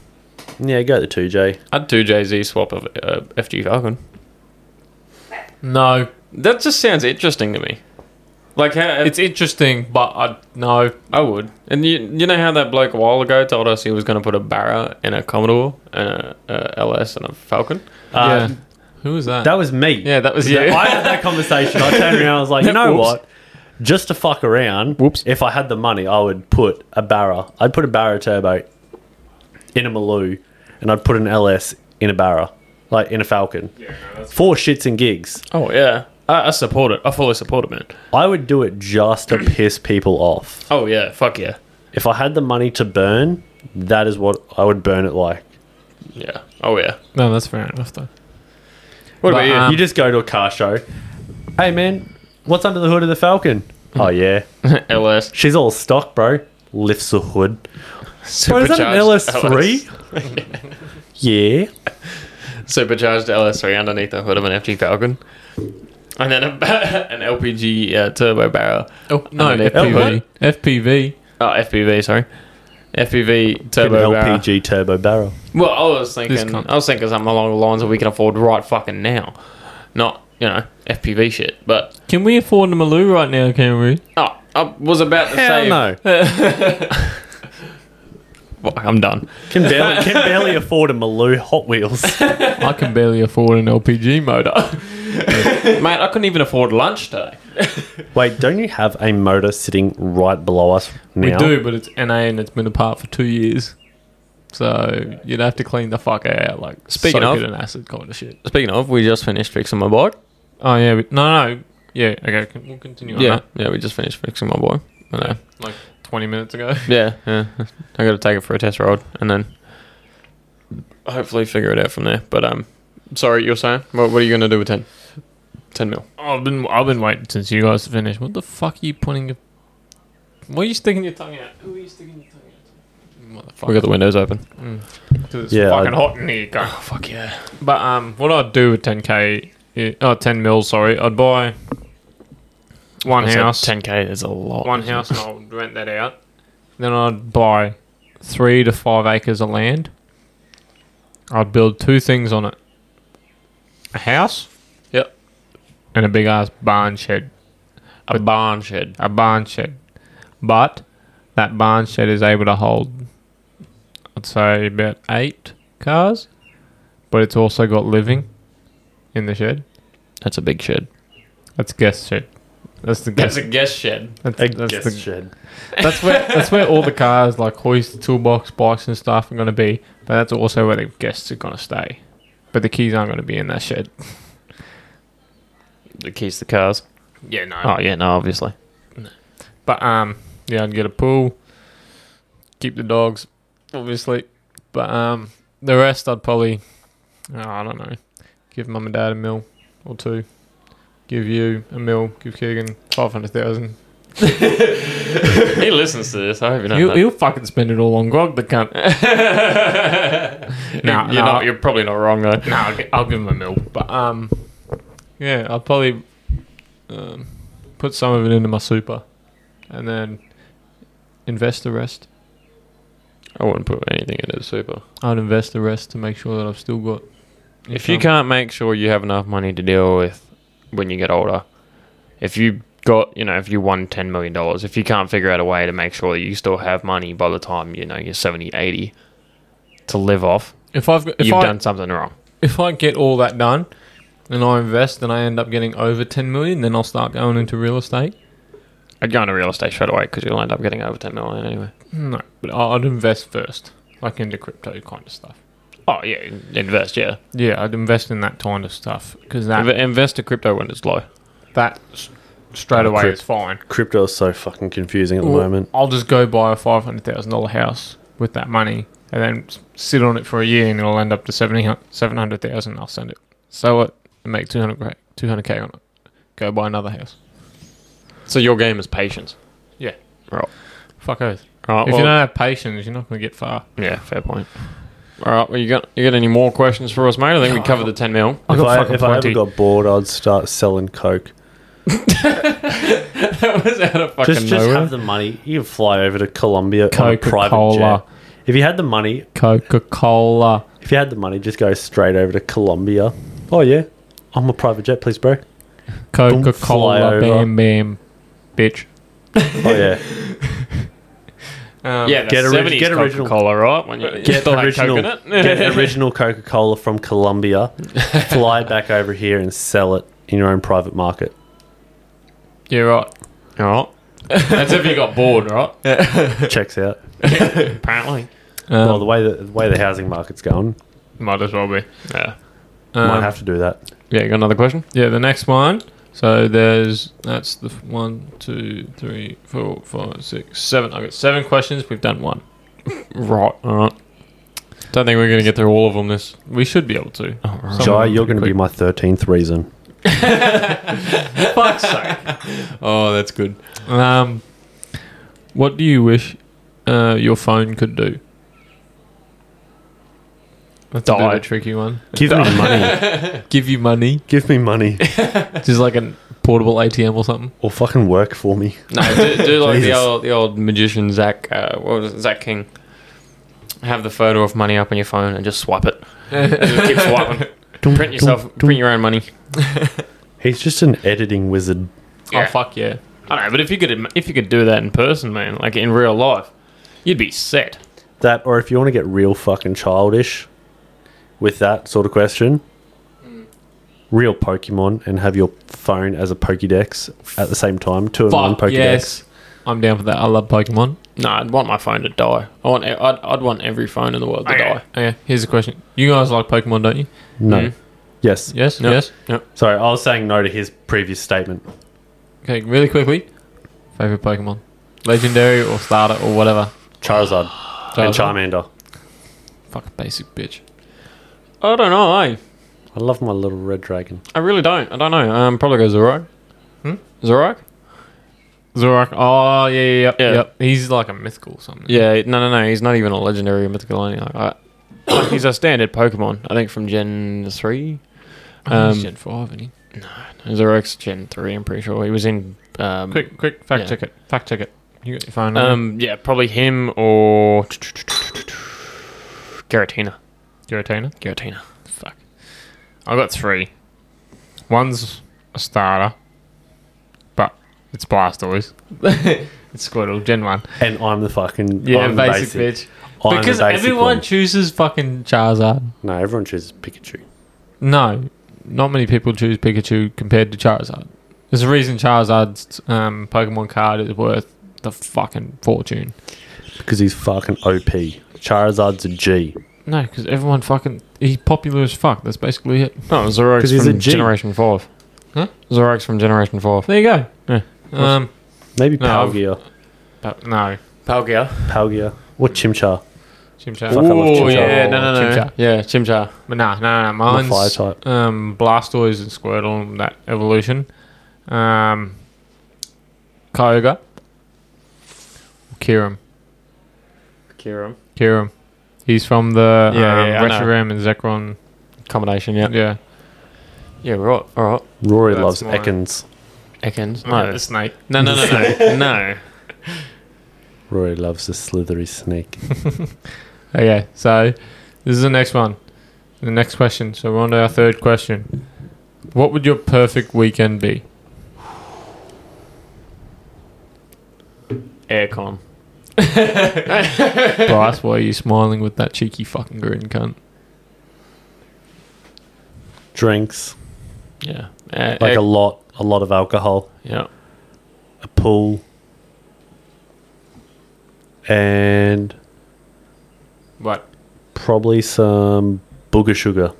Speaker 5: yeah, go the 2J.
Speaker 4: I'd do Jay Z swap of uh, FG Falcon.
Speaker 3: No,
Speaker 4: That just sounds interesting to me. Like how
Speaker 3: it's
Speaker 4: it's.
Speaker 3: interesting, but I no.
Speaker 4: I would, and you you know how that bloke a while ago told us he was going to put a Barra and a Commodore and a, a LS and a Falcon.
Speaker 5: Uh,
Speaker 3: yeah, who was that?
Speaker 5: That was me.
Speaker 4: Yeah, that was you.
Speaker 5: That- I had that conversation. I turned around. I was like, you know
Speaker 4: Whoops.
Speaker 5: what? Just to fuck around.
Speaker 4: Whoops.
Speaker 5: If I had the money, I would put a Barra. I'd put a Barra turbo in a Maloo, and I'd put an LS in a Barra, like in a Falcon. Four shits and gigs.
Speaker 4: oh yeah, I, I support it. I fully support it, man.
Speaker 5: I would do it just to piss people off.
Speaker 4: Oh yeah, fuck yeah,
Speaker 5: If I had the money to burn, that is what I would burn it like.
Speaker 4: yeah. Oh yeah.
Speaker 3: no, that's fair enough though. But,
Speaker 4: What about you?
Speaker 3: um,
Speaker 5: you just go to a car show. Hey man, what's under the hood of the Falcon?
Speaker 4: Hmm.
Speaker 5: oh yeah,
Speaker 4: LS.
Speaker 5: she's all stock, bro. Lifts the hood. Bro, is
Speaker 4: Supercharged
Speaker 5: that an LS3? yeah.
Speaker 4: Supercharged LS3 underneath the hood of an FG Falcon. And then a, an LPG uh, turbo barrel.
Speaker 3: Oh no,
Speaker 4: Underneath
Speaker 5: the
Speaker 3: FPV.
Speaker 5: hood?
Speaker 3: FPV.
Speaker 4: Oh, FPV, sorry. FPV
Speaker 5: Get an
Speaker 4: turbo barrel.
Speaker 5: LPG turbo barrel.
Speaker 4: Well, I was
Speaker 3: This
Speaker 4: thinking,
Speaker 3: cunt.
Speaker 4: I was thinking something along the lines that we can afford right fucking now, not you know FPV shit. But
Speaker 3: Can we afford a Maloo right now? Can we?
Speaker 4: oh, I was about to
Speaker 5: Hell
Speaker 4: say,
Speaker 5: no.
Speaker 4: Fuck, I'm done.
Speaker 5: Can barely, can barely afford a Maloo Hot Wheels.
Speaker 3: I can barely afford an LPG motor.
Speaker 4: Mate, I couldn't even afford lunch today.
Speaker 5: Wait, don't you have a motor sitting right below us now?
Speaker 3: We do, but it's NA and it's been apart for two years. So you'd have to clean the fuck out, like
Speaker 4: Speaking
Speaker 3: soak
Speaker 4: of-
Speaker 3: it in acid kind of shit.
Speaker 4: Speaking of, we just finished fixing my bike.
Speaker 3: Oh yeah, but no, no, yeah. Okay, can, we'll continue.
Speaker 4: yeah,
Speaker 3: on
Speaker 4: yeah, we just finished fixing my bike. I know.
Speaker 3: that. like twenty minutes ago.
Speaker 4: Yeah, yeah. I got to take it for a test ride and then hopefully figure it out from there. But um, sorry, you're saying what? What are you gonna do with ten? Ten mil.
Speaker 3: Oh, I've been I've been waiting since you guys finished. What the fuck are you pointing? Your, why are you sticking your tongue out? Who are you sticking your tongue out?
Speaker 4: We got the windows open.
Speaker 3: Because Mm. it's
Speaker 5: Yeah,
Speaker 3: fucking
Speaker 5: I-
Speaker 3: hot in here. Go.
Speaker 4: Fuck yeah.
Speaker 3: But um, what I'd do with 10k, i- oh, 10 mil, sorry, I'd buy one house,
Speaker 4: 10k is a lot.
Speaker 3: one house, and I'd rent that out. Then I'd buy three to five acres of land. I'd build two things on it: a house,
Speaker 4: Yep.
Speaker 3: and a big ass barn shed.
Speaker 4: A barn shed.
Speaker 3: A barn shed, but that barn shed is able to hold, I'd say, about eight cars. But it's also got living in the shed.
Speaker 4: That's a big shed.
Speaker 3: That's guest shed. That's the
Speaker 4: That's
Speaker 3: guest.
Speaker 4: a guest shed.
Speaker 3: That's,
Speaker 5: A
Speaker 3: that's,
Speaker 5: guest
Speaker 3: the-
Speaker 5: shed.
Speaker 3: that's where that's where all the cars like hoist, toolbox, bikes, and stuff are going to be. But that's also where the guests are going to stay. But the keys aren't going to be in that shed.
Speaker 4: The keys to the cars.
Speaker 3: Yeah, no.
Speaker 4: Oh yeah, no, obviously.
Speaker 3: But um, yeah, I'd get a pool. Keep the dogs, obviously. But um, the rest I'd probably, oh, I don't know, give mum and dad a mil or two. Give you a mil. Give Keegan five hundred thousand.
Speaker 4: he listens to this. I hope you know.
Speaker 3: He'll,
Speaker 4: that.
Speaker 3: he'll fucking spend it all on grog. The cunt. No,
Speaker 4: you're,
Speaker 3: no.
Speaker 4: Not, you're probably not wrong though.
Speaker 3: No, I'll, gi- I'll give him a mil. But um, yeah, I'll probably um, put some of it into my super, and then invest the rest.
Speaker 4: I wouldn't put anything in it super.
Speaker 3: I'd invest the rest to make sure that I've still got.
Speaker 4: If you
Speaker 3: income.
Speaker 4: can't make sure you have enough money to deal with when you get older, if you got, you know, if you won $10 million, if you can't figure out a way to make sure that you still have money by the time, you know, you're 70, 80 to live off,
Speaker 3: if I've if
Speaker 4: you've
Speaker 3: I
Speaker 4: done something wrong.
Speaker 3: if I get all that done, and I invest, and I end up getting over ten million, then I'll start going into real estate.
Speaker 4: I'd go into real estate straight away because you'll end up getting over 10 million anyway.
Speaker 3: No, but I- I'd invest first, like into crypto kind of stuff.
Speaker 4: Oh, yeah, invest, yeah.
Speaker 3: Yeah, I'd invest in that kind of stuff because that
Speaker 4: Inve- invest in crypto when it's low.
Speaker 3: that s- straight away is fine.
Speaker 5: Crypto is so fucking confusing at the
Speaker 3: Well,
Speaker 5: moment.
Speaker 3: I'll just go buy a five hundred thousand dollar house with that money, and then s- sit on it for a year, and it'll end up to 700 700,000 I'll send it. So what? And make two hundred two hundred k on it. Go buy another house.
Speaker 4: So your game is patience.
Speaker 3: Yeah.
Speaker 4: Right.
Speaker 3: Fuck oath.
Speaker 4: All right,
Speaker 3: If
Speaker 4: well-
Speaker 3: you don't have patience, you're not going to get far.
Speaker 4: Yeah, fair point. All right, well, you got you got any more questions for us, mate? I think we covered the 10 mil.
Speaker 3: I
Speaker 5: If
Speaker 3: got
Speaker 5: I,
Speaker 3: fucking
Speaker 5: if I ever
Speaker 3: plenty.
Speaker 5: got bored, I'd start selling coke.
Speaker 4: that was out of fucking
Speaker 5: Just, just have the money. You can fly over to Colombia on a private
Speaker 3: Coca-Cola.
Speaker 5: jet. If you had the money,
Speaker 3: Coca Cola.
Speaker 5: if you had the money, just go straight over to Colombia. Oh yeah, I'm a private jet, please, bro.
Speaker 3: Coca
Speaker 5: fly
Speaker 3: Cola.
Speaker 5: over.
Speaker 3: Bam, bam. Bitch.
Speaker 5: Oh yeah,
Speaker 3: Um,
Speaker 4: Yeah,
Speaker 5: Get
Speaker 4: get
Speaker 5: ori- get
Speaker 4: original, get
Speaker 5: original.
Speaker 4: original Coca-Cola, right? When you
Speaker 5: get
Speaker 4: still had
Speaker 5: original,
Speaker 4: Coke in it.
Speaker 5: get original Coca-Cola from Colombia. fly back over here and sell it in your own private market.
Speaker 3: Yeah, right.
Speaker 4: All right. That's if you got bored, right?
Speaker 5: Checks out.
Speaker 4: Apparently.
Speaker 3: Um,
Speaker 5: Well, the way the, the way the housing market's going,
Speaker 3: might as well be.
Speaker 4: Yeah.
Speaker 3: Um,
Speaker 5: might have to do that.
Speaker 4: Yeah, you got another question?
Speaker 3: Yeah, the next one. So there's that's the f- one, two, three, four, five, six, seven. I got seven questions. We've done one.
Speaker 4: Right. All right. Don't think we're going to get through all of them this.
Speaker 3: We should be able to. Some of
Speaker 5: Jai,
Speaker 3: them pretty
Speaker 5: you're going to be
Speaker 3: quick.
Speaker 5: my thirteenth reason.
Speaker 3: fuck's sake.
Speaker 4: Oh, that's good.
Speaker 3: Um, what do you wish uh, your phone could do? That's a, bit of
Speaker 4: Die.
Speaker 3: a tricky one.
Speaker 5: Give me money.
Speaker 3: Give you money,
Speaker 5: Give me money,
Speaker 3: just like a portable ATM or something.
Speaker 5: or fucking work for me.
Speaker 4: No, do, do like the
Speaker 5: Jesus.
Speaker 4: old the old magician Zach. Uh, what was it, Zach King? Have the photo of money up on your phone and just swipe it. just keep
Speaker 3: Oh,
Speaker 4: swiping. Print yourself. Print your own money.
Speaker 5: He's just an editing wizard.
Speaker 3: Oh fuck yeah!
Speaker 4: I know, but if you could if you could do that in person, man, like in real life, you'd be set.
Speaker 5: That, or if you want to get real fucking childish with that sort of question, real Pokemon and have your phone as a Pokedex at the same time, two in one
Speaker 3: Fuck
Speaker 5: Pokedex.
Speaker 3: yes! I'm down for that. I love Pokemon.
Speaker 4: No, I'd want my phone to die. I want. e, I'd, I'd want every phone in the world to die.
Speaker 3: Okay, here's a question. You guys like Pokemon, don't you?
Speaker 5: No.
Speaker 4: Mhm.
Speaker 5: Yes.
Speaker 3: Yes.
Speaker 4: Yep.
Speaker 3: Yes.
Speaker 4: Yep.
Speaker 5: Sorry, I was saying no to his previous statement.
Speaker 3: Okay, really quickly. Favorite Pokemon, legendary or starter or whatever.
Speaker 5: Charizard
Speaker 3: Charizard?
Speaker 5: and Charmander.
Speaker 3: Fuck basic bitch.
Speaker 4: I don't know. I
Speaker 5: I love my little red dragon.
Speaker 4: I really don't. I don't know. Um, probably go Zorak. Hmm? Zorak.
Speaker 3: Zorak. Oh yeah, yeah, yep,
Speaker 4: Yeah.
Speaker 3: yep. He's like a mythical or something.
Speaker 4: Yeah, no, no, no. He's not even a legendary or mythical or anything like that. he's a standard Pokemon, I think, from Gen 3.
Speaker 3: I think Oh, he's
Speaker 4: Um,
Speaker 3: Gen Five, isn't he?
Speaker 4: Xerox Gen 3, I'm pretty sure. He was in. Um,
Speaker 3: Quick, quick, fact
Speaker 4: yeah.
Speaker 3: check it. Fact check it. You got your phone. Um,
Speaker 4: Um, yeah, probably him or. Garatina.
Speaker 3: Giratina.
Speaker 4: Garatina. Fuck.
Speaker 3: I got three. One's a starter, but it's Blastoise. it's Squirtle Gen One.
Speaker 5: And I'm the fucking
Speaker 3: Yeah,
Speaker 5: I'm the
Speaker 3: basic, bitch.
Speaker 5: I'm the
Speaker 3: because
Speaker 5: basic
Speaker 3: everyone
Speaker 5: one.
Speaker 3: chooses fucking Charizard.
Speaker 5: No, everyone chooses Pikachu.
Speaker 3: No, not many people choose Pikachu compared to Charizard. There's a reason Charizard's um, Pokemon card is worth the fucking fortune.
Speaker 5: Because he's fucking OP. Charizard's a G.
Speaker 3: No, because everyone fucking he's popular as fuck. That's basically it.
Speaker 4: No, Xerox
Speaker 5: 'Cause he's
Speaker 4: from
Speaker 5: a G.
Speaker 4: Generation 5.
Speaker 3: Huh?
Speaker 4: Xerox from Generation 5.
Speaker 3: There you go.
Speaker 4: Yeah.
Speaker 3: Um,
Speaker 5: Maybe
Speaker 3: No, I've-
Speaker 5: Palgia.
Speaker 3: but no,
Speaker 4: Palkia.
Speaker 5: Palgia. What Chimchar?
Speaker 3: Chimchar.
Speaker 5: Fuck, I love
Speaker 4: Oh,
Speaker 5: Chimchar.
Speaker 4: yeah, no, no, no.
Speaker 3: Chimchar.
Speaker 4: Yeah, Chimchar.
Speaker 3: But nah, no, no, no. Mine's
Speaker 5: I'm a fire type.
Speaker 3: um, Blastoise and Squirtle and that evolution. Um, Kyogre. Kyurem.
Speaker 4: Kiram.
Speaker 3: Kyurem. He's from the um,
Speaker 4: Yeah, yeah, I know.
Speaker 3: Reshiram and Zekron.
Speaker 4: Combination, yeah.
Speaker 3: Yeah.
Speaker 4: Yeah, right. All right.
Speaker 5: Rory
Speaker 3: That's
Speaker 5: loves
Speaker 3: mine.
Speaker 5: Ekans.
Speaker 4: Ekans.
Speaker 3: No,
Speaker 4: No.
Speaker 3: the snake.
Speaker 4: No, no, no, no. no.
Speaker 5: Rory loves the slithery snake.
Speaker 3: Okay, so this is the next one. The next question. So we're on to our third question. What would your perfect weekend be?
Speaker 4: Aircon.
Speaker 3: Bryce, why are you smiling with that cheeky fucking grin, cunt?
Speaker 5: Drinks.
Speaker 4: Yeah. Uh,
Speaker 5: Like
Speaker 4: air-
Speaker 5: a lot. A lot of alcohol.
Speaker 4: yeah.
Speaker 5: A pool. And
Speaker 3: What?
Speaker 5: probably some booger sugar.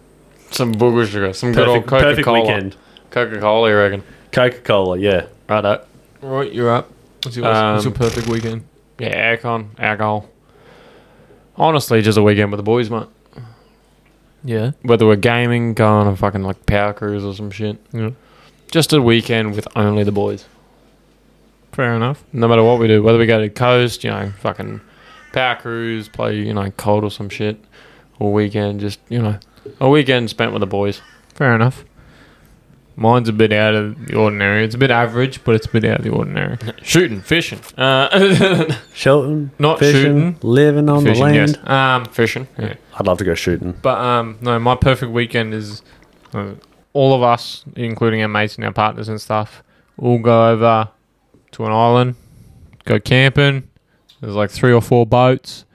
Speaker 4: Some booger sugar. Some good old Coca
Speaker 5: perfect
Speaker 4: Cola.
Speaker 5: weekend.
Speaker 4: Coca Cola, you reckon?
Speaker 5: Coca Cola, yeah.
Speaker 4: Right.
Speaker 3: Right, you're up. What's your,
Speaker 4: Um,
Speaker 3: what's your perfect weekend?
Speaker 4: Yeah, aircon, alcohol. Honestly, just a weekend with the boys, mate.
Speaker 3: Yeah.
Speaker 4: Whether we're gaming, going on a fucking like power cruise or some shit.
Speaker 3: Yeah.
Speaker 4: Just a weekend with only the boys.
Speaker 3: Fair enough.
Speaker 4: No matter what we do, whether we go to coast, you know, fucking power cruise, play, you know, cold or some shit, or weekend, just you know, a weekend spent with the boys.
Speaker 3: Fair enough. Mine's a bit out of the ordinary. It's a bit average, but it's a bit out of the ordinary.
Speaker 4: Shooting, fishing, uh,
Speaker 5: Shelton.
Speaker 3: Not
Speaker 5: fishing,
Speaker 3: shooting.
Speaker 5: Living on the
Speaker 3: Fishing,
Speaker 5: land.
Speaker 3: yes. Um,
Speaker 4: fishing. Yeah.
Speaker 5: I'd love to go shooting.
Speaker 3: But um, no, my perfect weekend is uh, all of us, including our mates and our partners and stuff, all go over to an island, go camping. There's like three or four boats.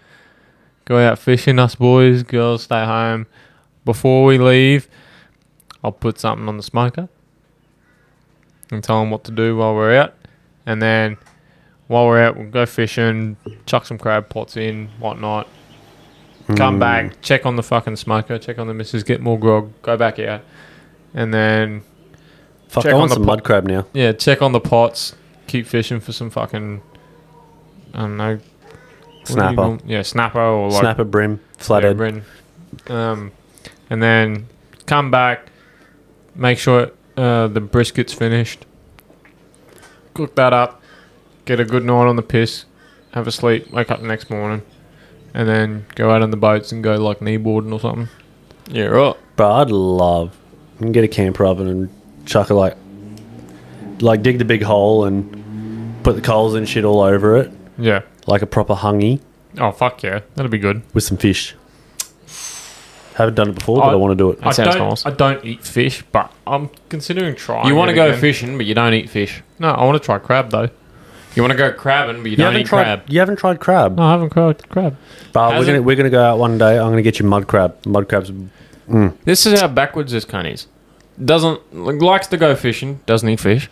Speaker 3: Go out fishing, us boys, girls stay home. Before we leave, I'll put something on the smoker and tell them what to do while we're out. And then while we're out, we'll go fishing, chuck some crab pots in, whatnot come
Speaker 5: Mm. Hmm.
Speaker 3: back, check on the fucking smoker, check on the missus, get more grog, go back out, and then
Speaker 5: Fuck,
Speaker 3: Check
Speaker 5: I
Speaker 3: on
Speaker 5: want
Speaker 3: the
Speaker 5: some
Speaker 3: pot.
Speaker 5: mud crab now.
Speaker 3: yeah, check on the pots, keep fishing for some fucking I don't know what do you
Speaker 5: Snapper.
Speaker 3: call- yeah, snapper or like
Speaker 5: Snapper brim.
Speaker 3: yeah,
Speaker 5: Flathead.
Speaker 3: brin. um, and then come back, make sure uh, the brisket's finished, cook that up, get a good night on the piss, have a sleep, wake up the next morning. And then go out on the boats and go like kneeboarding or something.
Speaker 4: yeah, right.
Speaker 5: Bro, I'd love. You can get a camper oven and chuck a like, like dig the big hole and put the coals and shit all over it,
Speaker 3: Yeah.
Speaker 5: like a proper hungy
Speaker 3: Oh fuck yeah, that'd be good.
Speaker 5: with some fish. Haven't done it before, but I,
Speaker 3: I-
Speaker 5: want to do it.
Speaker 4: That
Speaker 3: I
Speaker 4: sounds
Speaker 3: don't,
Speaker 4: nice.
Speaker 3: I don't eat fish, but I'm considering trying.
Speaker 4: You want
Speaker 3: it
Speaker 4: to go
Speaker 3: again.
Speaker 4: fishing, but you don't eat fish.
Speaker 3: No, I want to try crab though.
Speaker 4: You want to go crabbing, but you, don't
Speaker 5: haven't
Speaker 4: eat
Speaker 5: tried.
Speaker 4: crab.
Speaker 5: You haven't tried crab,
Speaker 3: No, I haven't tried crab.
Speaker 5: but we're
Speaker 4: hasn't-
Speaker 5: gonna we're gonna go out one day. I'm gonna get you mud crab. Mud crabs.
Speaker 4: This is how backwards this cunt is. Doesn't likes to go fishing, doesn't eat fish.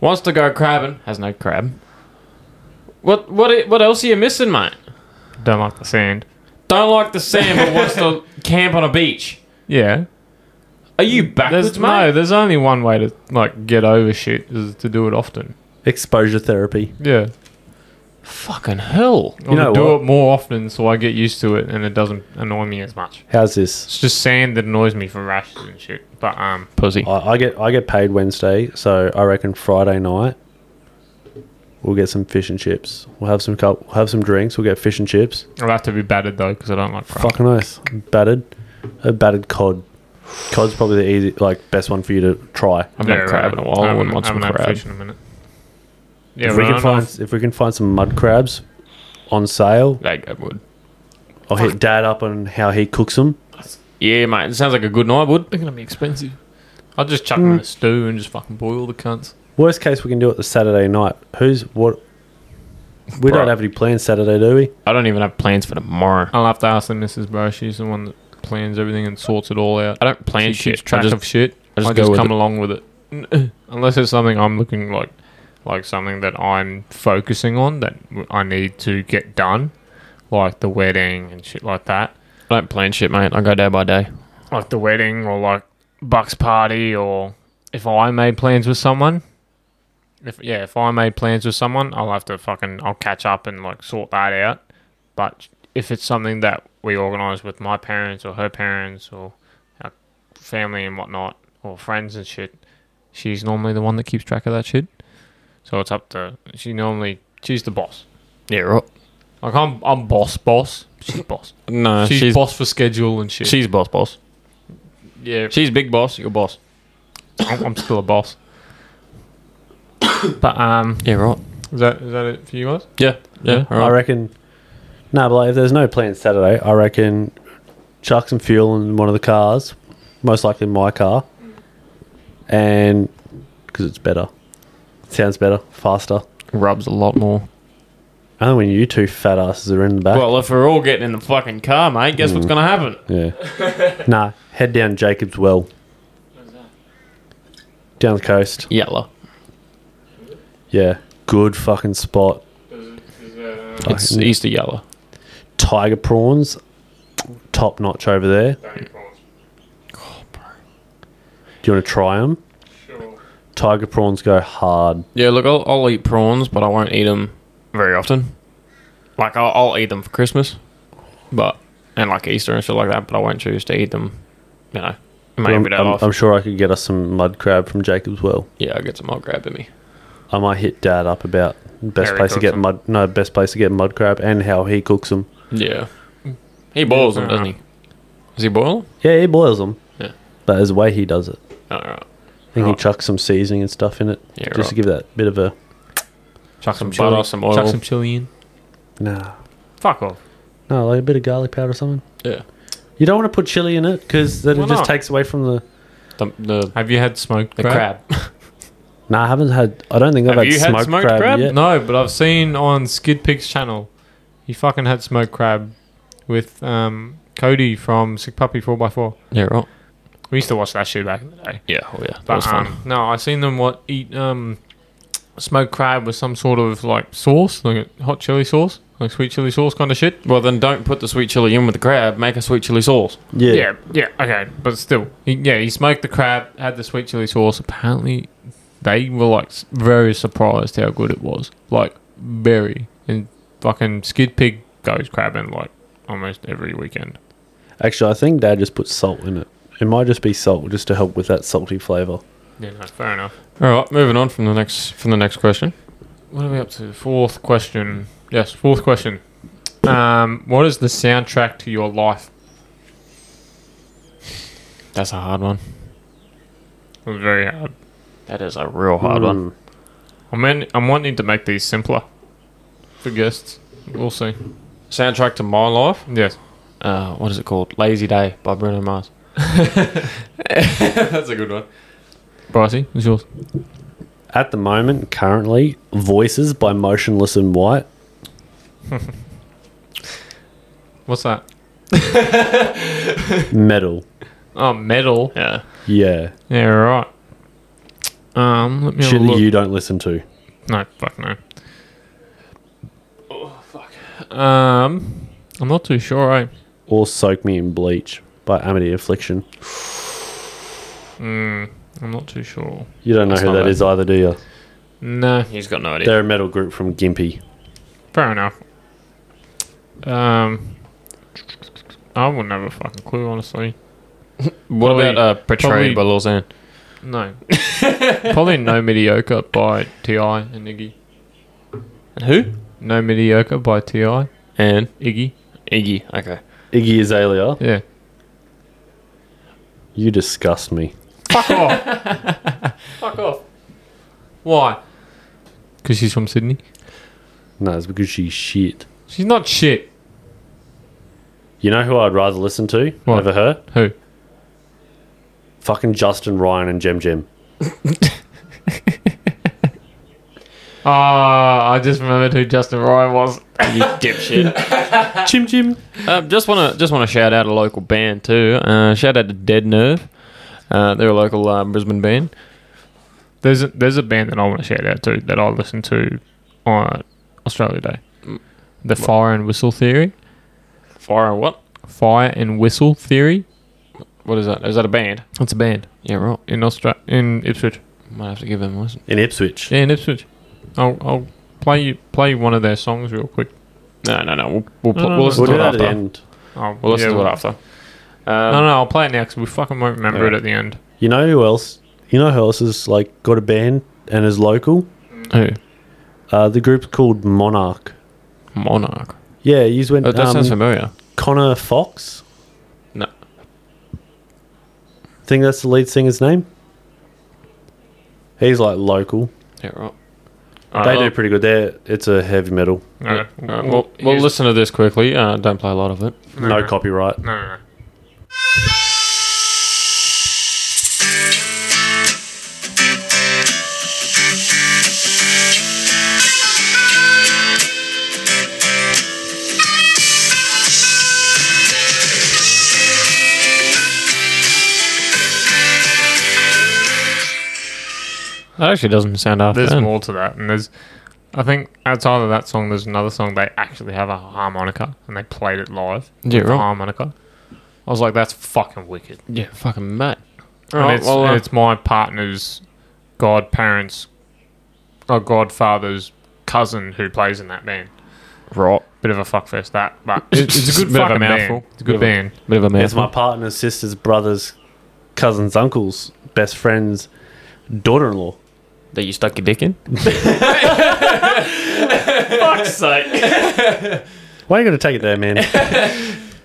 Speaker 4: Wants to go crabbing, has no crab. What what what else are you missing, mate?
Speaker 3: Don't like the sand.
Speaker 4: Don't like the sand, but wants to camp on a beach.
Speaker 3: Yeah,
Speaker 4: Are you backwards,
Speaker 3: there's
Speaker 4: mate?
Speaker 3: no. There's only one way to like get over shit is to do it often.
Speaker 5: Exposure therapy.
Speaker 3: Yeah,
Speaker 4: Fucking hell.
Speaker 3: I want
Speaker 5: know
Speaker 3: to do
Speaker 5: what?
Speaker 3: it more often so I get used to it and it doesn't annoy me as much.
Speaker 5: How's this?
Speaker 3: It's just sand that annoys me for rashes and shit. But um,
Speaker 4: Pussy.
Speaker 5: I, I get I get paid Wednesday, so I reckon Friday night We'll get some fish and chips. We'll have some cup. We'll have some drinks. We'll get fish and chips.
Speaker 3: I'll have to be battered though because I don't like crab.
Speaker 5: Fucking nice. Battered, a battered cod. Cod's probably the easy, like best one for you to try.
Speaker 4: I've had crab in a while. I
Speaker 3: haven't-
Speaker 4: wouldn't want some
Speaker 3: haven't had
Speaker 4: crab.
Speaker 3: fish in a minute. Yeah,
Speaker 5: if
Speaker 3: but
Speaker 5: we
Speaker 3: I
Speaker 5: can
Speaker 3: don't know
Speaker 5: find if we can find some mud crabs on sale,
Speaker 4: They go wood.
Speaker 5: I'll hit Dad up on how he cooks them.
Speaker 4: Yeah, mate. It sounds like a good night, would.
Speaker 3: if They're gonna be expensive. I'll just chuck them
Speaker 5: Mm.
Speaker 3: in a stew and just fucking boil the cunts.
Speaker 5: Worst case, we can do it the Saturday night. Who's what? We
Speaker 4: Bro.
Speaker 5: don't have any plans Saturday, do we?
Speaker 4: I don't even have plans for tomorrow.
Speaker 3: I'll have to ask the missus, bro. She's the one that plans everything and sorts it all out.
Speaker 4: I don't plan
Speaker 3: she
Speaker 4: shit.
Speaker 3: keeps track
Speaker 4: I just,
Speaker 3: of shit.
Speaker 4: I
Speaker 3: I
Speaker 4: just
Speaker 3: just,
Speaker 4: go with
Speaker 3: come
Speaker 4: it.
Speaker 3: along with it, unless it's something I'm looking like, like something that I'm focusing on that w- I need to get done, like the wedding and shit like that,
Speaker 4: I don't plan shit, mate. I go day by day.
Speaker 3: like the wedding or like Buck's party or if I made plans with someone. If yeah, if I made plans with someone, I'll have to fucking I'll catch up and like sort that out. But if it's something that we organise with my parents or her parents or our family and whatnot or friends and shit, she's normally the one that keeps track of that shit. So it's up to she normally she's the boss.
Speaker 4: Yeah, right.
Speaker 3: Like I'm I'm boss boss. She's boss.
Speaker 4: No,
Speaker 3: Uh, she's,
Speaker 4: she's she's boss.
Speaker 3: boss for schedule and shit.
Speaker 4: She's boss, boss.
Speaker 3: yeah,
Speaker 4: She's big boss. Your boss.
Speaker 3: I'm, I'm still a boss. But um,
Speaker 4: Yeah, right.
Speaker 3: is that is that it for you guys?
Speaker 4: Yeah, yeah.
Speaker 5: I
Speaker 4: All right.
Speaker 5: reckon. No, but like, if there's no plans Saturday, I reckon chuck some fuel in one of the cars, most likely my car, and because it's better, sounds better, faster.
Speaker 4: Rubs a lot more.
Speaker 5: Only when you two fat asses are in the back.
Speaker 4: Well, if we're all getting in the fucking car, mate, guess what's gonna happen?
Speaker 5: Yeah. nah, head down Jacob's Well. Down the coast.
Speaker 4: Yellow.
Speaker 5: Yeah. Good fucking spot.
Speaker 4: It's
Speaker 5: Fucking
Speaker 4: Easter yellow.
Speaker 5: Tiger prawns. Top notch over there. Do you want to try them? Tiger prawns go hard.
Speaker 4: Yeah, look, I'll, I'll eat prawns, but I won't eat them very often. Like, I'll, I'll eat them for Christmas, but and like Easter and shit like that. But I won't choose to eat them. You know, in my
Speaker 5: I'm,
Speaker 4: everyday
Speaker 5: I'm-
Speaker 4: life.
Speaker 5: I'm sure I could get us some mud crab from Jacob's Well.
Speaker 4: yeah, I get some. I'll grab at me.
Speaker 5: I might hit Dad up about best
Speaker 3: Harry
Speaker 5: place to
Speaker 3: cooks
Speaker 5: get
Speaker 3: 'em.
Speaker 5: mud. No, best place to get mud crab and how he cooks them.
Speaker 4: Yeah, he boils them, doesn't he? Does he boil? 'em?
Speaker 5: Yeah, he boils them.
Speaker 4: Yeah.
Speaker 5: But there's the way he does it.
Speaker 4: All right.
Speaker 5: I think
Speaker 4: Right.
Speaker 5: he chucks some seasoning and stuff in it,
Speaker 4: Yeah,
Speaker 5: just
Speaker 4: right.
Speaker 5: to give that bit of a
Speaker 3: Chuck
Speaker 4: Some butter, some oil.
Speaker 3: Chuck some chili in.
Speaker 5: nah.
Speaker 3: Fuck off.
Speaker 5: No, like a bit of garlic powder or something.
Speaker 4: Yeah.
Speaker 5: You don't want to put chili in it because then
Speaker 3: Why
Speaker 5: it just
Speaker 3: not?
Speaker 5: takes away from the.
Speaker 4: The, the,
Speaker 3: Have you had smoked
Speaker 4: the
Speaker 3: crab?
Speaker 4: crab.
Speaker 5: No, I haven't had. I don't think I've
Speaker 4: Have
Speaker 5: had,
Speaker 4: you had
Speaker 5: smoked,
Speaker 4: smoked
Speaker 5: crab,
Speaker 4: crab?
Speaker 5: yet.
Speaker 3: No, but I've seen on Skid Pig's channel, he fucking had smoked crab with um, Cody from Sick Puppy 4x4.
Speaker 4: Yeah, right.
Speaker 3: We used to watch that shit back in the day.
Speaker 4: Yeah, oh yeah. That
Speaker 3: But,
Speaker 4: was fun.
Speaker 3: um, no, I seen them what eat um, smoked crab with some sort of like sauce, like a hot chili sauce, like sweet chili sauce kind of shit.
Speaker 4: Well, then don't put the sweet chili in with the crab. Make a sweet chili sauce.
Speaker 5: Yeah.
Speaker 3: Yeah, yeah, okay, but still, he, yeah, he smoked the crab, had the sweet chili sauce. Apparently, they were like s- very surprised how good it was, like very. And fucking Skid Pig goes crabbing like almost every weekend.
Speaker 5: Actually, I think Dad just put salt in it. It might just be salt, just to help with that salty flavour.
Speaker 3: Yeah, no, fair enough.
Speaker 4: All right, moving on from the next from the next question.
Speaker 3: What are we up to? Fourth question. Yes, fourth question. Um, what is the soundtrack to your life?
Speaker 4: That's a hard one.
Speaker 3: Very hard.
Speaker 4: That is a real hard one.
Speaker 5: Mm.
Speaker 3: I mean, I'm wanting to make these simpler for guests. We'll see.
Speaker 4: Soundtrack to my life.
Speaker 3: Yes.
Speaker 4: Uh, what is it called? Lazy Day by Bruno Mars. That's a good one.
Speaker 3: Pricey, it's yours.
Speaker 5: At the moment, currently, Voices by Motionless in White.
Speaker 3: What's that?
Speaker 5: Metal.
Speaker 3: Oh, metal.
Speaker 4: Yeah.
Speaker 5: Yeah.
Speaker 3: Yeah, right. Um, let me have
Speaker 5: Shit
Speaker 3: a
Speaker 5: that
Speaker 3: look.
Speaker 5: you don't listen to.
Speaker 3: no, fuck no. Oh fuck. Um, I'm not too sure. eh? I
Speaker 5: Or Soak Me in Bleach by Amity Affliction.
Speaker 3: I'm not too sure.
Speaker 5: You don't know
Speaker 4: That's
Speaker 5: who
Speaker 4: not
Speaker 5: that
Speaker 4: bad.
Speaker 5: is either, do you?
Speaker 3: No,
Speaker 4: He's got no idea.
Speaker 5: They're a metal group from Gimpy.
Speaker 3: fair enough. Um, I wouldn't have a fucking clue, honestly.
Speaker 4: What
Speaker 3: Probably-
Speaker 4: about uh,
Speaker 3: probably-
Speaker 4: Portrayed by Lil Xan?
Speaker 3: No, probably no mediocre by Ti and Iggy.
Speaker 4: And who?
Speaker 3: No Mediocre by T.I.
Speaker 4: And
Speaker 3: Iggy.
Speaker 4: Iggy. Okay.
Speaker 5: Iggy Azalea.
Speaker 3: Yeah.
Speaker 5: You disgust me.
Speaker 3: Fuck off. Fuck off. Why? Because she's from Sydney.
Speaker 5: No, it's because she's shit.
Speaker 3: She's not shit.
Speaker 5: You know who I'd rather listen to
Speaker 3: What?
Speaker 5: over her?
Speaker 3: Who?
Speaker 5: Fucking Justin Ryan and Jem Jem.
Speaker 3: Ah, I just remembered who Justin Ryan was.
Speaker 4: You dipshit.
Speaker 5: Jim Jim.
Speaker 4: um, just wanna just wanna shout out a local band too. Uh, shout out to Dead Nerve. Uh, they're a local uh, Brisbane band.
Speaker 3: There's a, there's a band that I want to shout out to that I listen to on Australia Day. The Fire and Whistle Theory.
Speaker 4: Fire and what?
Speaker 3: Fire and Whistle Theory.
Speaker 4: What is that? Is that a band?
Speaker 3: It's a band
Speaker 4: Yeah, right.
Speaker 3: in Austra- in Ipswich.
Speaker 4: Might have to give them a listen.
Speaker 5: In Ipswich.
Speaker 3: Yeah, in Ipswich. I'll, I'll play you play one of their songs real quick.
Speaker 4: No, no, no. We'll we'll,
Speaker 3: No, no,
Speaker 4: we'll
Speaker 3: no.
Speaker 4: listen
Speaker 5: We'll
Speaker 4: to
Speaker 5: do
Speaker 4: it
Speaker 5: that at the
Speaker 4: after.
Speaker 5: end.
Speaker 3: Oh,
Speaker 4: We'll listen
Speaker 3: yeah,
Speaker 4: to it
Speaker 3: well-
Speaker 4: after. Um,
Speaker 3: No, no, I'll play it now because we fucking won't remember it at the end.
Speaker 5: You know who else? You know who else has like got a band and is local?
Speaker 4: Who?
Speaker 5: Uh, the group's called Monarch.
Speaker 4: Monarch.
Speaker 5: Yeah, you went
Speaker 4: Oh, that
Speaker 5: um,
Speaker 4: sounds familiar.
Speaker 5: Connor Fox.
Speaker 4: No.
Speaker 5: Think that's the lead singer's name. He's like local.
Speaker 4: Yeah, right.
Speaker 5: they
Speaker 4: Oh.
Speaker 5: do pretty good. They're it's a heavy metal.
Speaker 3: No,
Speaker 4: All right, Uh, we'll, we'll listen to this quickly. Uh, don't play a lot of it.
Speaker 5: No, copyright.
Speaker 3: No, no, no.
Speaker 4: That actually doesn't sound half
Speaker 3: There's
Speaker 4: bad.
Speaker 3: more to that, and there's. I think outside of that song, there's another song they actually have a harmonica, and they played it live.
Speaker 4: Yeah,
Speaker 3: with
Speaker 4: right.
Speaker 3: Harmonica. I was like, that's fucking wicked.
Speaker 4: Yeah, fucking mad. All
Speaker 3: And
Speaker 4: right,
Speaker 3: it's,
Speaker 4: well,
Speaker 3: and
Speaker 4: uh,
Speaker 3: it's my partner's godparents, or godfather's cousin who plays in that band.
Speaker 4: right.
Speaker 3: Bit of a fuckfest that, but
Speaker 4: It's- it's a good
Speaker 3: bit of a
Speaker 4: fucking
Speaker 3: mouthful.
Speaker 4: band.
Speaker 3: It's a good
Speaker 4: Bit of
Speaker 3: band.
Speaker 4: Bit of a mess.
Speaker 5: It's my partner's sister's brother's cousin's uncle's best friend's daughter-in-law.
Speaker 4: that you stuck your dick in.
Speaker 5: Why are you going to take it there, man?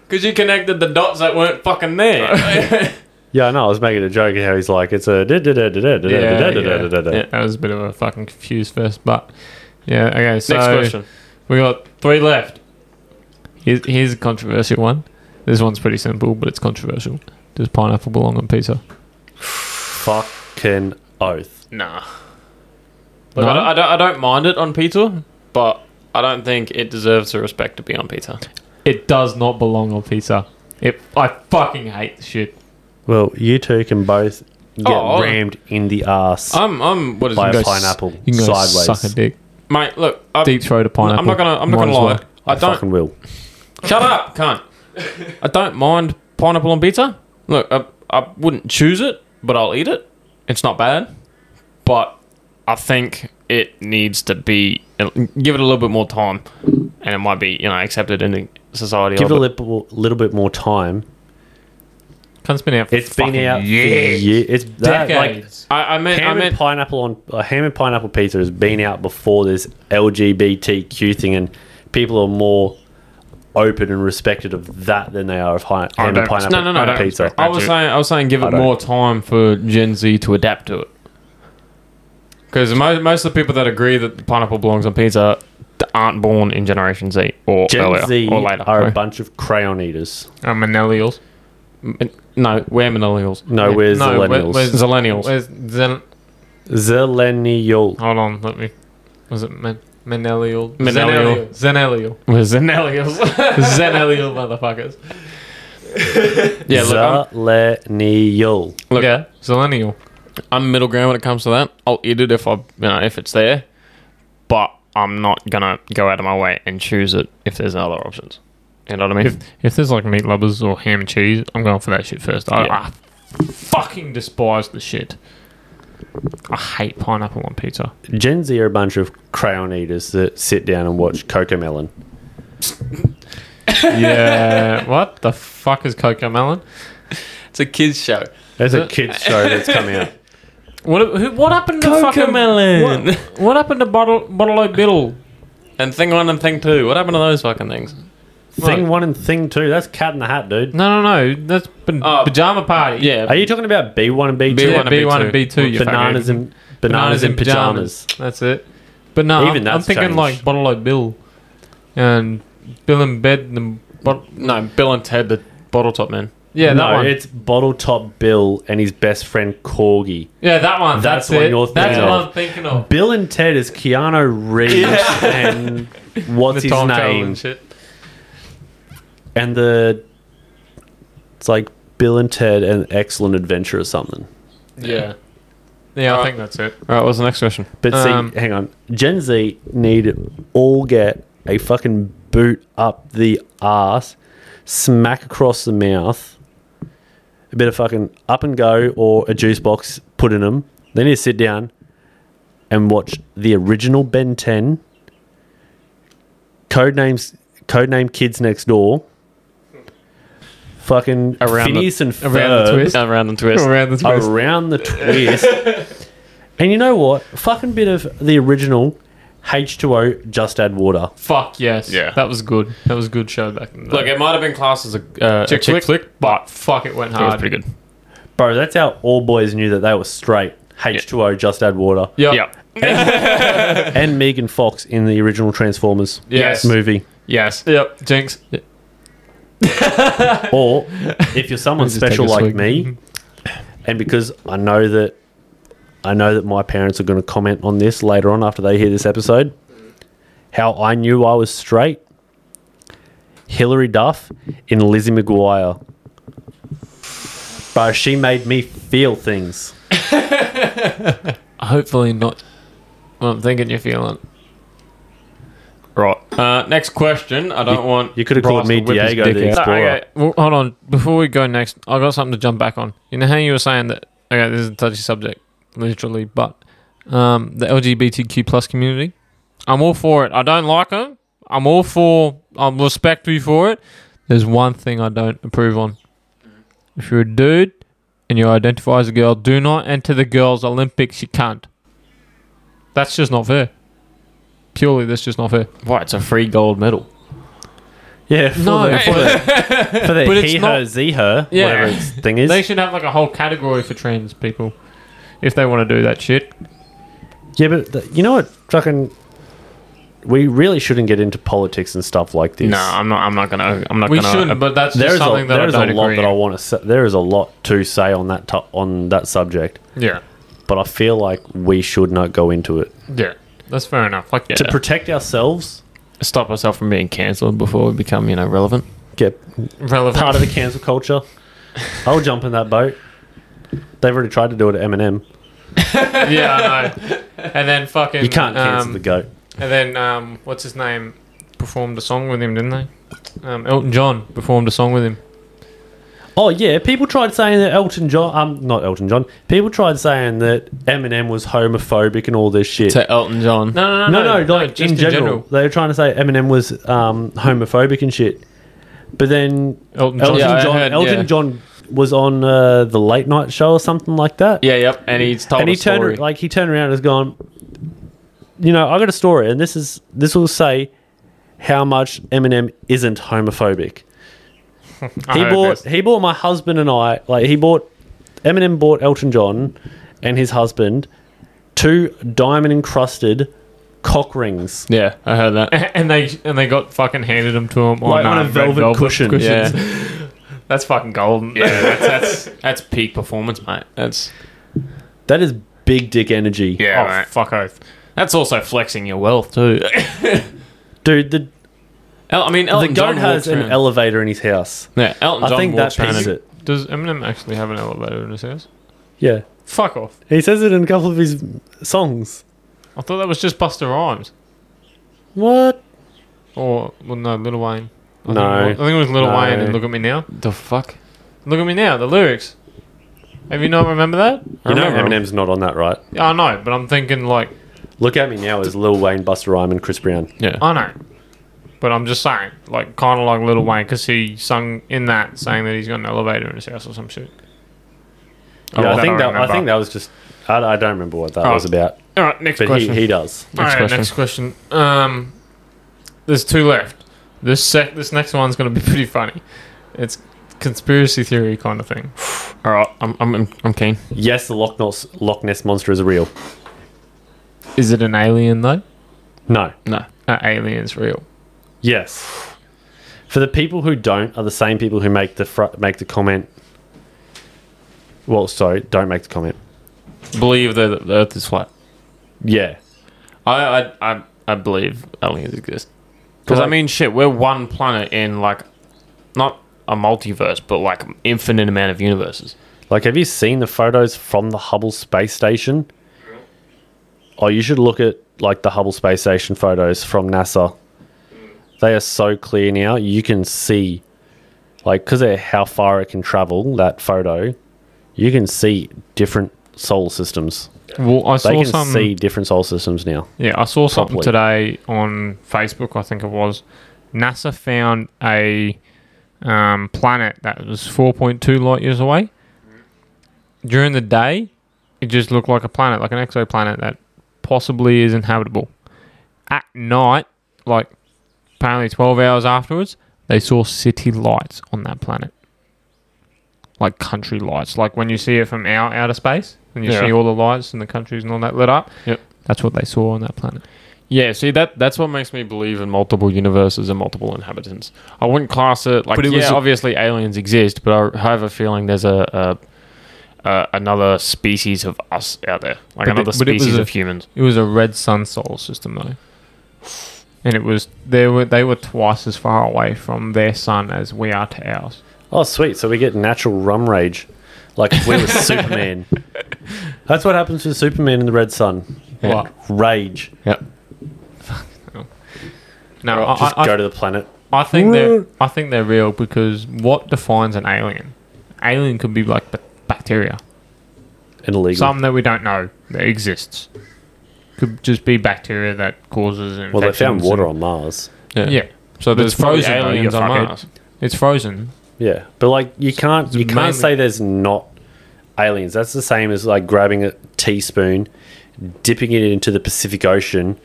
Speaker 4: Because you connected the dots that weren't fucking there.
Speaker 5: yeah, I know. I was making a joke how he's like, it's a da da da da da da da da da da da da.
Speaker 4: Yeah.
Speaker 3: That was a bit of a fucking confused fest, but yeah. Okay, so
Speaker 4: Next question.
Speaker 3: We got three left. Here's, here's a controversial one. This one's pretty simple, but it's controversial. Does pineapple belong on pizza?
Speaker 5: Fucking oath.
Speaker 4: Nah. Look,
Speaker 3: No?
Speaker 4: I, don't, I, don't, I don't mind it on pizza, but I don't think it deserves the respect to be on pizza.
Speaker 3: It does not belong on pizza. It, I fucking hate the shit.
Speaker 5: Well, you two can both get
Speaker 4: Oh.
Speaker 5: rammed in the ass
Speaker 4: I'm, I'm, what is
Speaker 5: by
Speaker 4: it?
Speaker 5: a
Speaker 3: s-
Speaker 5: pineapple
Speaker 3: You can go
Speaker 5: sideways.
Speaker 3: suck a dick.
Speaker 4: Mate, look, I,
Speaker 3: Deep throat a pineapple.
Speaker 4: I'm not gonna, I'm not
Speaker 3: Might
Speaker 4: gonna
Speaker 3: as
Speaker 4: lie.
Speaker 3: well.
Speaker 4: I
Speaker 5: I
Speaker 4: don't,
Speaker 5: fucking will.
Speaker 4: Shut up, cunt. I don't mind pineapple on pizza. Look, I, I wouldn't choose it, but I'll eat it. It's not bad, but I think it needs to be give it a little bit more time, and it might be you know accepted in society.
Speaker 5: Give it a
Speaker 4: little
Speaker 5: little, little bit more time.
Speaker 3: Cunt's been out. For
Speaker 5: It's been out
Speaker 3: yeah.
Speaker 5: for years. It's that, like
Speaker 3: decades.
Speaker 4: I, I meant, I
Speaker 5: ham and
Speaker 4: meant,
Speaker 5: pineapple on uh, ham and pineapple pizza has been out before this LGBTQ thing, and people are more open and respected of that than they are of hi- ham
Speaker 3: don't-
Speaker 5: and pineapple
Speaker 4: no, no, no. I don't-
Speaker 5: pizza.
Speaker 4: I was saying, I was saying, give it
Speaker 5: don't.
Speaker 4: more time for Gen Z to adapt to it. Because most, most of the people that agree that the pineapple belongs on pizza aren't born in Generation Z or
Speaker 5: Gen
Speaker 4: earlier
Speaker 5: Z
Speaker 4: or
Speaker 5: are
Speaker 4: later.
Speaker 5: a
Speaker 4: sorry.
Speaker 5: bunch of crayon eaters.
Speaker 3: Uh, millennials.
Speaker 4: N- No, we're millennials.
Speaker 5: No, we're
Speaker 3: no, where-
Speaker 5: millennials.
Speaker 3: where's-
Speaker 4: Zillennials.
Speaker 3: Where's Zen?
Speaker 5: Zillennial.
Speaker 3: Hold on, let me. Was it men? Menelial.
Speaker 4: Menelial.
Speaker 3: Zenelial.
Speaker 4: We're Zenellials.
Speaker 3: Zenelial motherfuckers.
Speaker 4: yeah, look, I'm,
Speaker 5: Zillennial.
Speaker 4: look
Speaker 3: yeah. Zillennial.
Speaker 4: I'm middle ground when it comes to that. I'll eat it if I, you know, if it's there, but I'm not gonna go out of my way and choose it if there's other options. You know what I mean?
Speaker 3: If if there's like meat lovers or ham and cheese, I'm going for that shit first. I,
Speaker 4: Yeah.
Speaker 3: I fucking despise the shit. I hate pineapple on pizza.
Speaker 5: Gen Z are a bunch of crayon eaters that sit down and watch Coco Melon.
Speaker 3: Yeah. what the fuck is Coco Melon?
Speaker 4: it's a kids show.
Speaker 5: There's a kids show that's coming out.
Speaker 3: What who, what happened to
Speaker 4: Coco
Speaker 3: fucking
Speaker 4: Melon.
Speaker 3: What, what happened to bottle bottle o biddle?
Speaker 4: And thing one and thing two. What happened to those fucking things?
Speaker 5: Thing
Speaker 3: Right.
Speaker 5: one and thing two. That's Cat in the Hat, dude.
Speaker 3: No, no, no. That's been
Speaker 4: Oh.
Speaker 3: pajama party.
Speaker 4: Yeah.
Speaker 5: Are you talking about B one and B
Speaker 4: B1
Speaker 5: two?
Speaker 3: yeah,
Speaker 4: and
Speaker 3: B1 and
Speaker 4: B2.
Speaker 3: B2. you
Speaker 5: Bananas
Speaker 3: fucking-
Speaker 5: and bananas and pajamas.
Speaker 3: That's it. But no,
Speaker 5: Even
Speaker 3: I'm, I'm
Speaker 5: that's
Speaker 3: thinking
Speaker 5: changed.
Speaker 3: like Bottle Like Bill and Bill in Bed and bottle.
Speaker 4: No, Bill and Ted, the bottle top man.
Speaker 3: Yeah, that
Speaker 5: no,
Speaker 3: one.
Speaker 5: it's Bottle Top Bill and his best friend Corgi.
Speaker 3: yeah, that one. That's,
Speaker 5: That's the one
Speaker 3: it.
Speaker 5: you're
Speaker 3: that's
Speaker 5: thinking
Speaker 3: what
Speaker 5: of.
Speaker 3: I'm thinking of.
Speaker 5: Bill and Ted is Keanu Reeves and what's his
Speaker 4: travel
Speaker 5: name?
Speaker 4: and shit.
Speaker 5: And the it's like Bill and Ted and Excellent Adventure or something.
Speaker 4: Yeah.
Speaker 3: Yeah, I
Speaker 4: Alright.
Speaker 3: think that's it.
Speaker 4: All right. What's the next question?
Speaker 5: But
Speaker 3: Um,
Speaker 5: see, hang on. Gen Z need all get a fucking boot up the ass, smack across the mouth, a bit of fucking up and go or a juice box put in them. They need to sit down and watch the original Ben 10, Codenames, Codename Kids Next Door, fucking
Speaker 4: Around the-
Speaker 5: Phineas and Ferb,
Speaker 4: Uh,
Speaker 3: Around the twist.
Speaker 4: Around and twist.
Speaker 3: Around the twist.
Speaker 5: around the twist. and you know what? Fucking bit of the original H2O just add water.
Speaker 3: Fuck yes.
Speaker 4: Yeah.
Speaker 3: That was good. That was a good show back in the
Speaker 4: Look,
Speaker 3: day.
Speaker 4: it might have been classed as a, uh,
Speaker 3: Chick
Speaker 4: a chick
Speaker 3: flick,
Speaker 4: flick.
Speaker 3: but fuck, it went
Speaker 4: It was
Speaker 3: hard.
Speaker 4: pretty good.
Speaker 5: Bro, that's how all boys knew that they were straight. H2O just add water.
Speaker 3: Yep.
Speaker 4: Yeah.
Speaker 5: And Megan Fox in the original Transformers
Speaker 3: Yes.
Speaker 5: movie.
Speaker 4: Yes.
Speaker 3: Yep. Jinx.
Speaker 5: Or if you're someone
Speaker 3: Just take a
Speaker 5: special like
Speaker 3: swig.
Speaker 5: me, and because I know that I know that my parents are going to comment on this later on after they hear this episode, how I knew I was straight. Hilary Duff in Lizzie McGuire. Bro, she made me feel things.
Speaker 3: Hopefully not. Well, I'm thinking you're feeling.
Speaker 4: Right. Uh, next question. I don't want.
Speaker 5: You could have called
Speaker 4: Bryce
Speaker 5: me
Speaker 4: to whip his
Speaker 5: Diego
Speaker 4: dick
Speaker 5: the
Speaker 4: out.
Speaker 3: No,
Speaker 5: Explorer.
Speaker 3: okay. Well, hold on. Before we go next, I got something to jump back on. You know how you were saying that? Okay, this is a touchy subject, literally, but um, the LGBTQ plus community, I'm all for it. I don't like them. I'm all for. I'm respectful for it. There's one thing I don't approve on. If you're a dude and you identify as a girl, do not enter the girls' Olympics. You can't. That's just not fair. Purely, that's just not fair.
Speaker 4: Why? It's a free gold medal.
Speaker 5: Yeah, for
Speaker 3: No.
Speaker 5: the, for the, for the
Speaker 3: But it's
Speaker 5: he, her,
Speaker 3: not-
Speaker 5: z, her,
Speaker 3: Yeah.
Speaker 5: whatever its thing is.
Speaker 3: They should have like a whole category for trans people if they want to do that shit.
Speaker 5: Yeah, but th- you know what? Fucking, we really shouldn't get into politics and stuff like this.
Speaker 4: No, I'm not. I'm not gonna. I'm not
Speaker 3: We
Speaker 4: gonna.
Speaker 3: shouldn't, but that's
Speaker 5: uh, there
Speaker 3: just
Speaker 5: is a,
Speaker 3: something that
Speaker 5: there
Speaker 3: I
Speaker 5: is
Speaker 3: don't
Speaker 5: a lot
Speaker 3: agree.
Speaker 5: that I
Speaker 3: in.
Speaker 5: want to say. There is a lot to say on that to- on that subject,
Speaker 3: yeah,
Speaker 5: but I feel like we should not go into it
Speaker 3: yeah, that's fair enough. Like,
Speaker 5: to protect ourselves.
Speaker 4: stop myself from being cancelled before we become, you know, relevant.
Speaker 5: Get
Speaker 3: relevant.
Speaker 5: part of the cancel culture. I'll jump in that boat. They've already tried to do it at Eminem.
Speaker 3: yeah, I know. And then fucking
Speaker 5: You can't cancel
Speaker 3: um,
Speaker 5: the goat.
Speaker 3: And then um, what's his name performed a song with him, didn't they? Um, Elton John performed a song with him.
Speaker 5: Oh yeah, people tried saying that Elton John, um, not Elton John. People tried saying that Eminem was homophobic and all this shit.
Speaker 4: To Elton John.
Speaker 3: No, no,
Speaker 5: No,
Speaker 3: no,
Speaker 5: no, like
Speaker 3: just
Speaker 5: in, general, they were trying to say Eminem was um, homophobic and shit. But then
Speaker 3: Elton John.
Speaker 5: Elton
Speaker 4: Yeah, I
Speaker 5: John,
Speaker 4: heard,
Speaker 5: Elton
Speaker 4: yeah.
Speaker 5: John was on uh, the late night show or something like that.
Speaker 4: Yeah. Yep. And he's told
Speaker 5: and
Speaker 4: a
Speaker 5: he turned
Speaker 4: story.
Speaker 5: like he turned around and has gone. You know, I got a story, and this is this will say how much Eminem isn't homophobic.
Speaker 3: I
Speaker 5: He
Speaker 3: heard
Speaker 5: bought
Speaker 3: this.
Speaker 5: he bought my husband and I like he bought Eminem bought Elton John and his husband two diamond encrusted cock rings.
Speaker 4: yeah, I heard that.
Speaker 3: and they and they got fucking handed them to him on,
Speaker 5: Like on a
Speaker 3: um, red
Speaker 5: velvet cushion.
Speaker 3: cushions.
Speaker 4: Yeah.
Speaker 3: That's fucking golden.
Speaker 4: yeah. That's that's that's peak performance, mate. That's
Speaker 5: That is big dick energy.
Speaker 4: yeah.
Speaker 3: oh,
Speaker 4: right.
Speaker 3: fuck oath.
Speaker 4: That's also flexing your wealth too.
Speaker 5: Dude, the
Speaker 4: El- I mean, Elton
Speaker 5: the
Speaker 4: Oh, John
Speaker 5: goat has
Speaker 4: walks
Speaker 5: an
Speaker 4: around.
Speaker 5: elevator in his house.
Speaker 4: yeah, Elton
Speaker 5: I
Speaker 4: John
Speaker 5: think that
Speaker 4: walks around
Speaker 5: pieces
Speaker 4: and-
Speaker 5: it.
Speaker 3: Does Eminem actually have an elevator in his house?
Speaker 5: Yeah.
Speaker 3: Fuck off.
Speaker 5: He says it in a couple of his songs.
Speaker 3: I thought that was just Buster Rhymes.
Speaker 5: What?
Speaker 3: Or, well, no, Little Wayne. I
Speaker 5: No.
Speaker 3: Think, I think it was Little
Speaker 5: No.
Speaker 3: Wayne and Look at Me Now.
Speaker 4: The fuck?
Speaker 3: Look at Me Now, the lyrics. Have you not remember that?
Speaker 5: You know
Speaker 4: remember him.
Speaker 5: Eminem's not on that, right?
Speaker 3: Yeah, I know, but I'm thinking, like,
Speaker 5: Look at me now is Lil Wayne, Buster Rhyme, and Chris Brown.
Speaker 4: Yeah.
Speaker 3: I know. But I'm just saying, like, kind of like Little Wayne, because he sung in that saying that he's got an elevator in his house or some shit. Oh,
Speaker 5: Yeah, I
Speaker 3: that
Speaker 5: think that I
Speaker 3: remember.
Speaker 5: think that was just I, I don't remember what that
Speaker 3: Oh.
Speaker 5: was about,
Speaker 3: All right, next
Speaker 5: but he,
Speaker 3: question.
Speaker 5: he does.
Speaker 3: All
Speaker 4: Next
Speaker 3: right, next question. Um, There's two left. This sec- this next one's gonna be pretty funny. It's conspiracy theory kind of thing.
Speaker 4: All right, I'm I'm I'm keen.
Speaker 5: Yes, the Loch Ness, Loch Ness monster is real.
Speaker 3: Is it an alien though?
Speaker 5: No.
Speaker 4: No.
Speaker 3: Are aliens real?
Speaker 5: Yes. For the people who don't are the same people who make the fr- make the comment. Well, sorry, don't make the comment.
Speaker 4: Believe that the Earth is flat.
Speaker 5: Yeah.
Speaker 4: I I I, I believe aliens exist. Because I
Speaker 5: Right.
Speaker 4: mean, shit, we're one planet in like, not a multiverse, but like infinite amount of universes.
Speaker 5: Like, have you seen the photos from the Hubble Space Station? Oh, you should look at like the Hubble Space Station photos from NASA. They are so clear now. You can see, like, because of how far it can travel. That photo, you can see different solar systems.
Speaker 3: Well, I
Speaker 5: They
Speaker 3: saw
Speaker 5: can
Speaker 3: some.
Speaker 5: see different solar systems now.
Speaker 3: Yeah, I saw something
Speaker 5: Properly.
Speaker 3: today on Facebook. I think it was NASA found a um, planet that was 4.2 light years away. During the day, it just looked like a planet, like an exoplanet that possibly is inhabitable. At night, like apparently 12 hours afterwards, they saw city lights on that planet, like country lights, like when you see it from our outer space and you
Speaker 4: Yeah.
Speaker 3: see all the lights and the countries and all that lit up. That's what they saw on that planet.
Speaker 4: Yeah, see that that's what makes me believe in multiple universes and multiple inhabitants. I wouldn't class it like
Speaker 3: But it
Speaker 4: yeah,
Speaker 3: was a-
Speaker 4: obviously aliens exist, but I have a feeling there's a, a, a another species of us out there,
Speaker 3: But
Speaker 4: like
Speaker 3: it-
Speaker 4: another
Speaker 3: but it was
Speaker 4: species
Speaker 3: a-
Speaker 4: of humans.
Speaker 3: It was a red sun solar system though, and it was they were they were twice as far away from their sun as we are to ours.
Speaker 5: Oh, sweet. So we get natural rum rage. Like if we were Superman. That's what happens with Superman in the Red Sun.
Speaker 4: Yeah.
Speaker 5: Like, rage.
Speaker 4: Yep.
Speaker 3: No, I,
Speaker 5: Just
Speaker 3: I,
Speaker 5: go to the planet.
Speaker 3: I think they're I think they're real because what defines an alien? Alien could be like ba- bacteria,
Speaker 5: And illegal.
Speaker 3: some that we don't know that exists. Could just be bacteria that causes infections.
Speaker 5: well, they found water
Speaker 3: and-
Speaker 5: on Mars.
Speaker 3: Yeah,
Speaker 4: So
Speaker 3: But
Speaker 4: there's
Speaker 3: it's frozen,
Speaker 4: frozen
Speaker 3: though, you
Speaker 4: aliens on
Speaker 3: fuckhead.
Speaker 4: Mars.
Speaker 3: it's frozen.
Speaker 5: Yeah. But like you can't you can't
Speaker 3: mainly-
Speaker 5: say there's not aliens. That's the same as like grabbing a teaspoon, dipping it into the Pacific Ocean,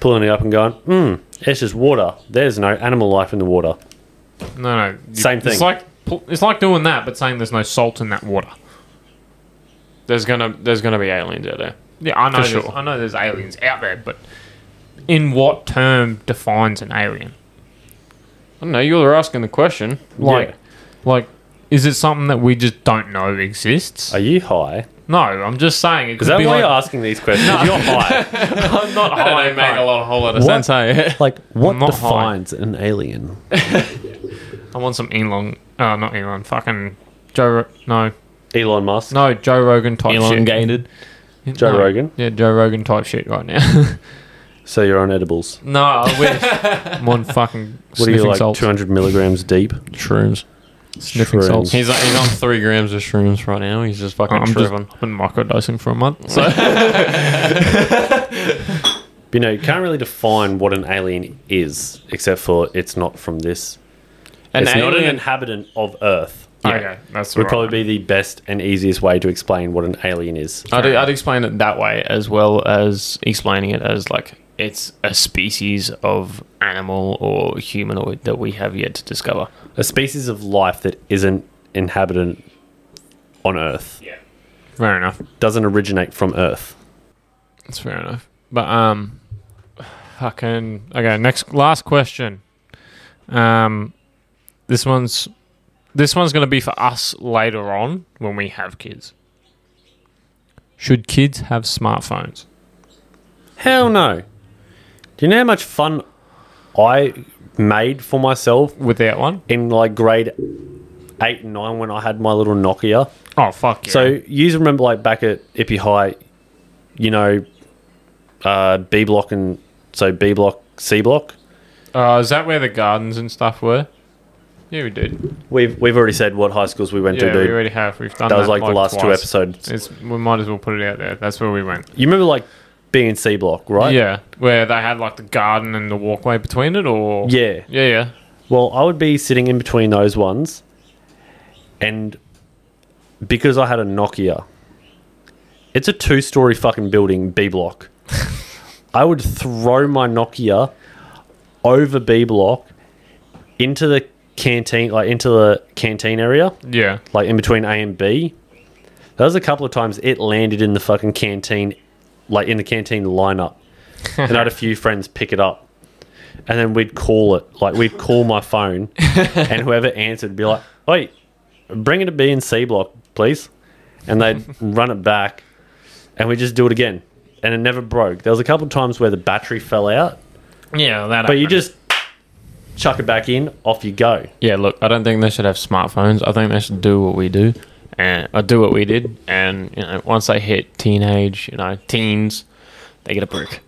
Speaker 5: pulling it up and going, Hmm, it's just water. There's no animal life in the water.
Speaker 3: No, no, you-
Speaker 5: Same thing.
Speaker 3: It's like it's like doing that, but saying there's no salt in that water.
Speaker 4: There's gonna there's gonna be aliens out there.
Speaker 3: Yeah, I know.
Speaker 4: For
Speaker 3: there's-
Speaker 4: sure.
Speaker 3: I know there's aliens out there, but in what term defines an alien?
Speaker 4: I don't know. You were asking the question.
Speaker 3: Like,
Speaker 5: Yeah.
Speaker 3: like, is it something that we just don't know exists?
Speaker 5: Are you high?
Speaker 3: no, I'm just saying it
Speaker 5: Is
Speaker 3: could
Speaker 5: that
Speaker 3: be
Speaker 5: why
Speaker 3: like
Speaker 5: you're asking these questions? You're high.
Speaker 3: I'm not
Speaker 4: I
Speaker 3: high,
Speaker 4: don't make a
Speaker 3: mate.
Speaker 4: lot a whole lot of
Speaker 5: What?
Speaker 4: sense. Hey?
Speaker 5: Like what
Speaker 3: I'm not high.
Speaker 5: defines an alien?
Speaker 3: I want some Elon. Uh, not Elon. Fucking Joe. Ro- no,
Speaker 5: Elon Musk. Oh,
Speaker 3: no Joe Rogan type shit.
Speaker 5: Joe
Speaker 3: No.
Speaker 5: Rogan.
Speaker 3: Yeah, Joe Rogan type shit right now.
Speaker 5: So you're on edibles.
Speaker 3: no, I wish. I'm on fucking
Speaker 5: What are you
Speaker 3: sniffing
Speaker 5: like?
Speaker 3: salts.
Speaker 5: Two hundred milligrams deep.
Speaker 4: Shrooms.
Speaker 3: Sniffing
Speaker 5: Shrooms.
Speaker 3: salts.
Speaker 4: He's on, he's on three grams of shrooms right now. He's just fucking
Speaker 3: I'm just,
Speaker 4: tripping.
Speaker 3: I've been microdosing for a month. So
Speaker 5: But, you know, you can't really define what an alien is, except for it's not from this.
Speaker 4: An
Speaker 5: it's not an
Speaker 4: alien-
Speaker 5: inhabitant of Earth.
Speaker 3: okay, that's
Speaker 5: Would
Speaker 3: right.
Speaker 5: probably be the best and easiest way to explain what an alien is.
Speaker 4: I'd, I'd explain it that way as well as explaining it as like it's a species of animal or humanoid that we have yet to discover.
Speaker 5: A species of life that isn't inhabitant on Earth.
Speaker 3: fair enough.
Speaker 5: Doesn't originate from Earth.
Speaker 3: That's fair enough. But um, fucking okay. Next, last question. Um, this one's this one's gonna be for us later on when we have kids. Should kids have smartphones?
Speaker 5: Hell no. Do you know how much fun I made for myself
Speaker 3: Without one?
Speaker 5: in like grade eight and nine when I had my little Nokia?
Speaker 3: Oh fuck yeah!
Speaker 5: So you remember like back at Ippy High, you know, uh, B block and so B block, C block.
Speaker 3: uh, is that where the gardens and stuff were? Yeah, we did.
Speaker 5: We've we've already said what high schools we went
Speaker 3: Yeah,
Speaker 5: to, dude.
Speaker 3: we already have. We've done
Speaker 5: that was like, the last two
Speaker 3: twice.
Speaker 5: episodes.
Speaker 3: It's, we might as well put it out there. That's where we went.
Speaker 5: You remember like being in C block, right?
Speaker 3: Yeah, where they had like the garden and the walkway between it, or
Speaker 5: Yeah.
Speaker 3: yeah, yeah.
Speaker 5: Well, I would be sitting in between those ones, and because I had a Nokia, it's a two-story fucking building, B block. I would throw my Nokia over B block into the canteen, like into the canteen area,
Speaker 3: Yeah.
Speaker 5: like in between A and B. There was a couple of times it landed in the fucking canteen, like in the canteen lineup, and I had a few friends pick it up, and then we'd call it, like we'd call my phone, and whoever answered would be like, "Wait, bring it to B and C block, please," and they'd run it back, and we just do it again, and it never broke. There was a couple of times where the battery fell out,
Speaker 3: Yeah, that.
Speaker 5: but you just chuck it back in, off you go.
Speaker 4: Yeah, look, I don't think they should have smartphones. I think they should do what we do, and uh, do what we did. And you know, once they hit teenage, you know, teens, they get a brick.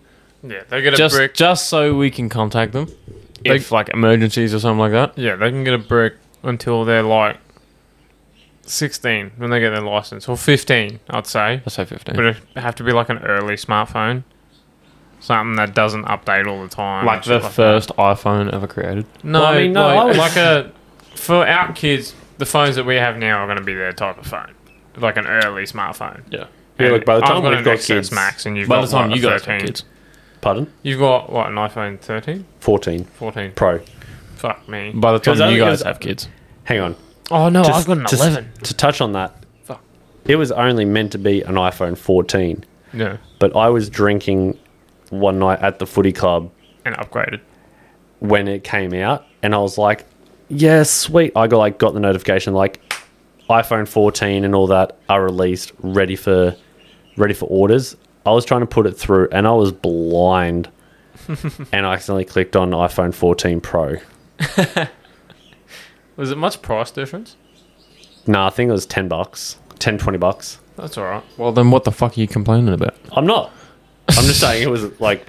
Speaker 3: yeah, they get a
Speaker 4: Just,
Speaker 3: brick.
Speaker 4: just so we can contact them
Speaker 3: They-
Speaker 4: if like emergencies or something like that.
Speaker 3: Yeah, they can get a brick until they're like sixteen when they get their license, or fifteen, I'd say.
Speaker 4: Let's say fifteen.
Speaker 3: But it have to be like an early smartphone, something that doesn't update all the time. and
Speaker 4: like the
Speaker 3: shit that.
Speaker 4: first iPhone ever created.
Speaker 3: No,
Speaker 5: Well, I mean, no,
Speaker 3: like,
Speaker 5: I was-
Speaker 3: like a for our kids, the phones that we have now are going to be their type of phone, like an early smartphone.
Speaker 4: Yeah.
Speaker 5: Yeah, look, by the time
Speaker 3: I've got
Speaker 5: we've
Speaker 3: an
Speaker 5: got
Speaker 3: Xs
Speaker 5: kids-
Speaker 3: Max, and you've
Speaker 4: By
Speaker 3: got
Speaker 4: the time
Speaker 3: like,
Speaker 4: you
Speaker 3: a
Speaker 4: guys
Speaker 3: 13.
Speaker 4: have kids,
Speaker 5: Pardon?
Speaker 3: you've got what an iPhone 13,
Speaker 5: Fourteen
Speaker 3: 14.
Speaker 5: Pro.
Speaker 3: Fuck me.
Speaker 4: by the
Speaker 5: was
Speaker 4: time
Speaker 5: only-
Speaker 4: you
Speaker 5: it
Speaker 4: guys
Speaker 5: was-
Speaker 4: have kids,
Speaker 5: Hang on.
Speaker 3: Oh no,
Speaker 5: to-
Speaker 3: I've got an
Speaker 5: to-
Speaker 3: 11.
Speaker 5: To touch on that,
Speaker 3: Fuck.
Speaker 5: it was only meant to be an iPhone 14,
Speaker 3: Yeah,
Speaker 5: but I was drinking one night at the footy club
Speaker 3: and upgraded.
Speaker 5: when it came out, and I was like, "Yeah, sweet." I got like got the notification like iPhone 14 and all that are released, ready for ready for orders. I was trying to put it through, and I was blind, and I accidentally clicked on iPhone 14 Pro.
Speaker 3: Was it much price difference?
Speaker 5: Nah, I think it was 10 bucks, 10, 20 bucks.
Speaker 3: That's all right.
Speaker 4: well, then what the fuck are you complaining about?
Speaker 5: I'm not. I'm just saying it was like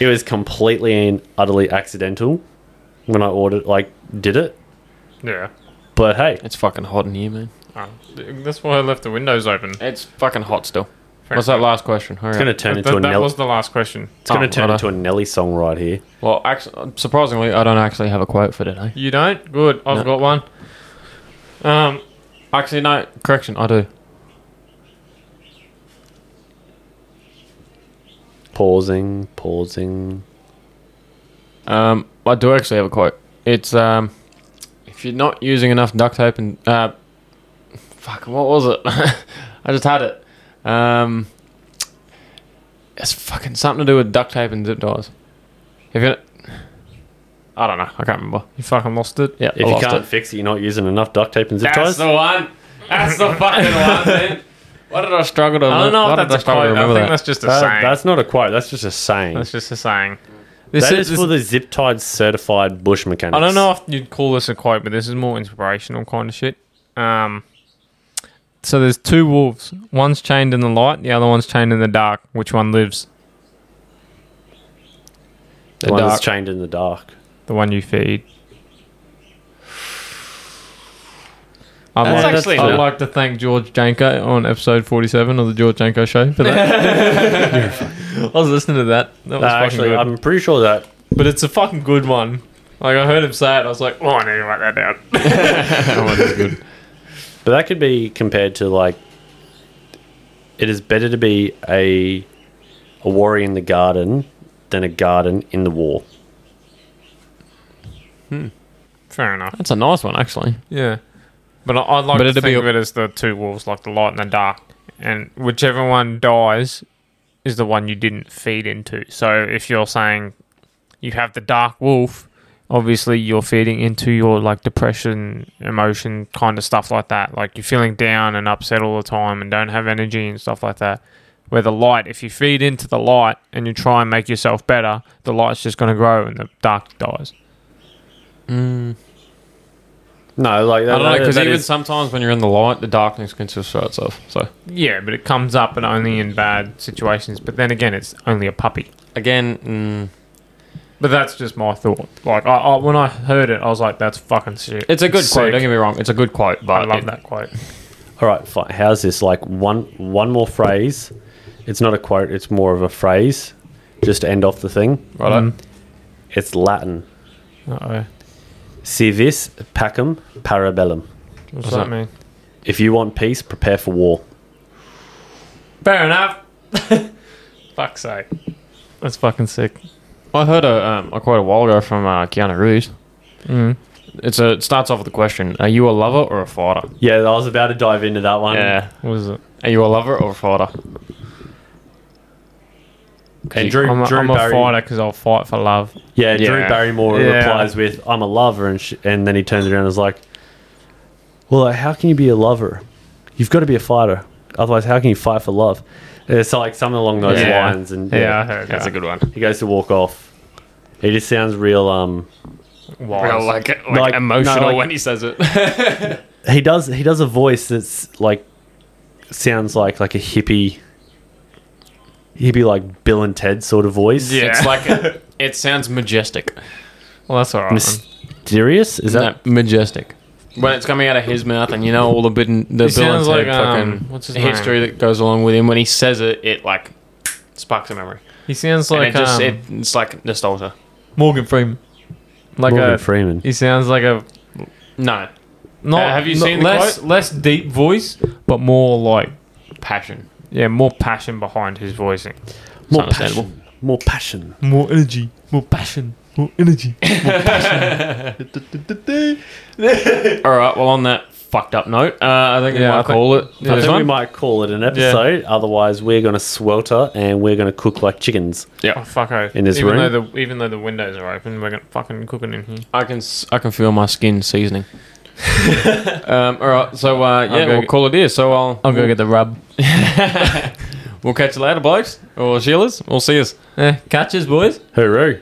Speaker 5: it was completely and utterly accidental when I ordered like did it.
Speaker 3: Yeah.
Speaker 5: But hey,
Speaker 4: It's fucking hot in here, man.
Speaker 3: Oh, that's why I left the windows open.
Speaker 4: It's fucking hot still.
Speaker 3: Fair
Speaker 4: What's that
Speaker 3: enough.
Speaker 4: last question? Hurry
Speaker 5: it's gonna
Speaker 4: up.
Speaker 5: turn
Speaker 3: That,
Speaker 5: into a
Speaker 3: that
Speaker 5: Nelly
Speaker 3: was the last question.
Speaker 5: it's gonna
Speaker 4: Oh,
Speaker 5: turn into
Speaker 4: righto.
Speaker 5: a Nelly song right here.
Speaker 4: Well, actually, surprisingly, I don't actually have a quote for today.
Speaker 3: You don't? Good. I've got one. Um,
Speaker 4: Actually, no. Correction, I do.
Speaker 5: Pausing, pausing.
Speaker 4: Um, I do actually have a quote. It's um, if you're not using enough duct tape and uh, fuck, what was it? I just had it. Um, it's fucking something to do with duct tape and zip ties. If you, I don't know, I can't remember.
Speaker 3: you fucking lost it.
Speaker 4: Yeah,
Speaker 5: If
Speaker 4: I
Speaker 5: you
Speaker 4: lost
Speaker 5: can't
Speaker 4: it.
Speaker 5: fix it, you're not using enough duct tape and zip ties.
Speaker 4: that's the one. That's the fucking one, man. Why did I struggle to?
Speaker 3: I don't know
Speaker 4: why
Speaker 3: if
Speaker 4: did
Speaker 3: that's a
Speaker 4: struggle to
Speaker 3: quote. I
Speaker 4: remember
Speaker 3: think
Speaker 4: that?
Speaker 3: that's just a
Speaker 5: That-
Speaker 3: saying. That's,
Speaker 5: that's not a quote. That's just a saying.
Speaker 3: just a saying.
Speaker 5: That
Speaker 3: This
Speaker 5: is
Speaker 3: is, this-
Speaker 5: for the zip tied certified bush mechanics.
Speaker 3: I don't know if you'd call this a quote, but this is more inspirational kind of shit. Um, so there's two wolves. One's chained in the light, the other one's chained in the dark. Which one lives?
Speaker 5: the one
Speaker 4: dark.
Speaker 5: that's chained in the dark.
Speaker 3: The one you feed. I'd
Speaker 5: That's
Speaker 3: like,
Speaker 5: actually-
Speaker 3: I'd like to thank George Janko on episode 47 of the George Janko Show for that. I was listening to that. That was
Speaker 5: Uh,
Speaker 3: fucking
Speaker 5: actually,
Speaker 3: good.
Speaker 5: I'm pretty sure that
Speaker 3: but it's a fucking good one. Like I heard him say it, I was like, oh, I need to write that down.
Speaker 5: But that could be compared to like it is better to be a a warrior in the garden than a garden in the war.
Speaker 3: Fair enough.
Speaker 4: That's a nice one, actually.
Speaker 3: Yeah, but I, I'd like
Speaker 4: But
Speaker 3: to
Speaker 4: it'd
Speaker 3: think
Speaker 4: be
Speaker 3: of it as the two wolves, like the light and the dark, and whichever one dies is the one you didn't feed into. So if you're saying you have the dark wolf, obviously you're feeding into your like depression, emotion, kind of stuff like that. Like you're feeling down and upset all the time and don't have energy and stuff like that. Where the light, if you feed into the light and you try and make yourself better, the light's just going to grow and the dark dies.
Speaker 5: No, like that,
Speaker 4: I don't know
Speaker 5: that-
Speaker 4: because
Speaker 5: Uh, that
Speaker 4: even
Speaker 5: is-
Speaker 4: sometimes when you're in the light, the darkness can just show itself. So
Speaker 3: Yeah, but it comes up and only in bad situations. But then again, it's only a puppy.
Speaker 4: again, mm,
Speaker 3: But that's just my thought. Like, I, I, when I heard it, I was like, "That's fucking shit."
Speaker 4: it's a good quote.
Speaker 3: Sick.
Speaker 4: Don't get me wrong; it's a good quote. But
Speaker 3: I love
Speaker 4: it-
Speaker 3: that quote.
Speaker 5: all right, fine. How's this? Like one one more phrase. It's not a quote. It's more of a phrase. Just to end off the thing.
Speaker 4: Right,
Speaker 3: Mm-hmm.
Speaker 5: It's Latin.
Speaker 3: Uh oh.
Speaker 5: Si vis pacem parabellum.
Speaker 3: What's
Speaker 4: What's
Speaker 3: that
Speaker 4: that?
Speaker 3: mean?
Speaker 5: If you want peace, prepare for war.
Speaker 3: Fair enough. Fuck's sake. That's fucking sick.
Speaker 4: I heard a, um, a quote a while ago from uh, Keanu Reeves.
Speaker 3: Mm.
Speaker 4: It's a, it starts off with a question Are you a lover or a fighter?
Speaker 5: Yeah, I was about to dive into that one.
Speaker 4: Yeah.
Speaker 3: What is it?
Speaker 4: Are you a lover or a fighter?
Speaker 5: And Drew,
Speaker 3: I'm a,
Speaker 5: Drew
Speaker 3: I'm a
Speaker 5: Barry,
Speaker 3: fighter because I'll fight for love.
Speaker 5: Yeah, Drew
Speaker 4: Yeah.
Speaker 5: Barrymore
Speaker 3: Yeah.
Speaker 5: replies with, I'm a lover. And, sh- and then he turns around and is like, Well, like, how can you be a lover? You've got to be a fighter. Otherwise, how can you fight for love? And It's like something along those
Speaker 3: Yeah.
Speaker 5: lines. And
Speaker 3: Yeah,
Speaker 5: yeah,
Speaker 3: I heard
Speaker 4: That's
Speaker 3: that.
Speaker 4: a good one.
Speaker 5: he goes to walk off. He just sounds real. Um,
Speaker 3: Wise.
Speaker 4: like, like,
Speaker 5: Like- no,
Speaker 4: emotional
Speaker 5: like-
Speaker 4: when he says it.
Speaker 5: he does. He does a voice that's like sounds like like a hippie, hippie like Bill and Ted sort of voice.
Speaker 4: It's like it sounds majestic.
Speaker 3: well, that's all right. then.
Speaker 5: mysterious. Is that
Speaker 4: No, majestic? When it's coming out of his mouth, and you know all the bit the Bill
Speaker 3: sounds
Speaker 4: and
Speaker 3: like,
Speaker 4: Ted fucking
Speaker 3: um, what's his
Speaker 4: history that goes along with him. When he says it, it like sparks a memory.
Speaker 3: He sounds like
Speaker 4: Like and it just
Speaker 3: um,
Speaker 4: it, it's like nostalgia.
Speaker 3: Morgan Freeman. Like
Speaker 5: Morgan
Speaker 3: a,
Speaker 5: Freeman?
Speaker 3: he sounds like a
Speaker 4: No
Speaker 3: not.
Speaker 4: Uh, have you
Speaker 3: not-
Speaker 4: seen the
Speaker 3: less
Speaker 4: quote?
Speaker 3: less deep voice, but more like
Speaker 4: passion.
Speaker 3: yeah, more passion behind his voicing.
Speaker 5: More
Speaker 4: understandable.
Speaker 5: passion. More passion.
Speaker 3: More energy, more passion, more energy.
Speaker 4: All right. Well, on that fucked up note, uh, I think we
Speaker 3: Yeah,
Speaker 4: might
Speaker 3: I think-
Speaker 4: call it.
Speaker 5: I
Speaker 4: this
Speaker 5: think we
Speaker 4: one.
Speaker 5: might call it an episode. Otherwise, we're going to swelter and we're going to cook like chickens.
Speaker 3: Oh, fuck oh.
Speaker 5: In this
Speaker 3: even
Speaker 5: room?
Speaker 3: though the even though the windows are open, we're gonna fucking cooking in here.
Speaker 4: I can s- I can feel my skin seasoning. um, all right. So uh, yeah,
Speaker 3: go
Speaker 4: we'll
Speaker 3: get-
Speaker 4: call it here. So I'll
Speaker 3: I'll go get the rub.
Speaker 4: we'll catch you later, blokes or Sheilas. We'll see us.
Speaker 3: Eh, catches, boys.
Speaker 5: Hooroo.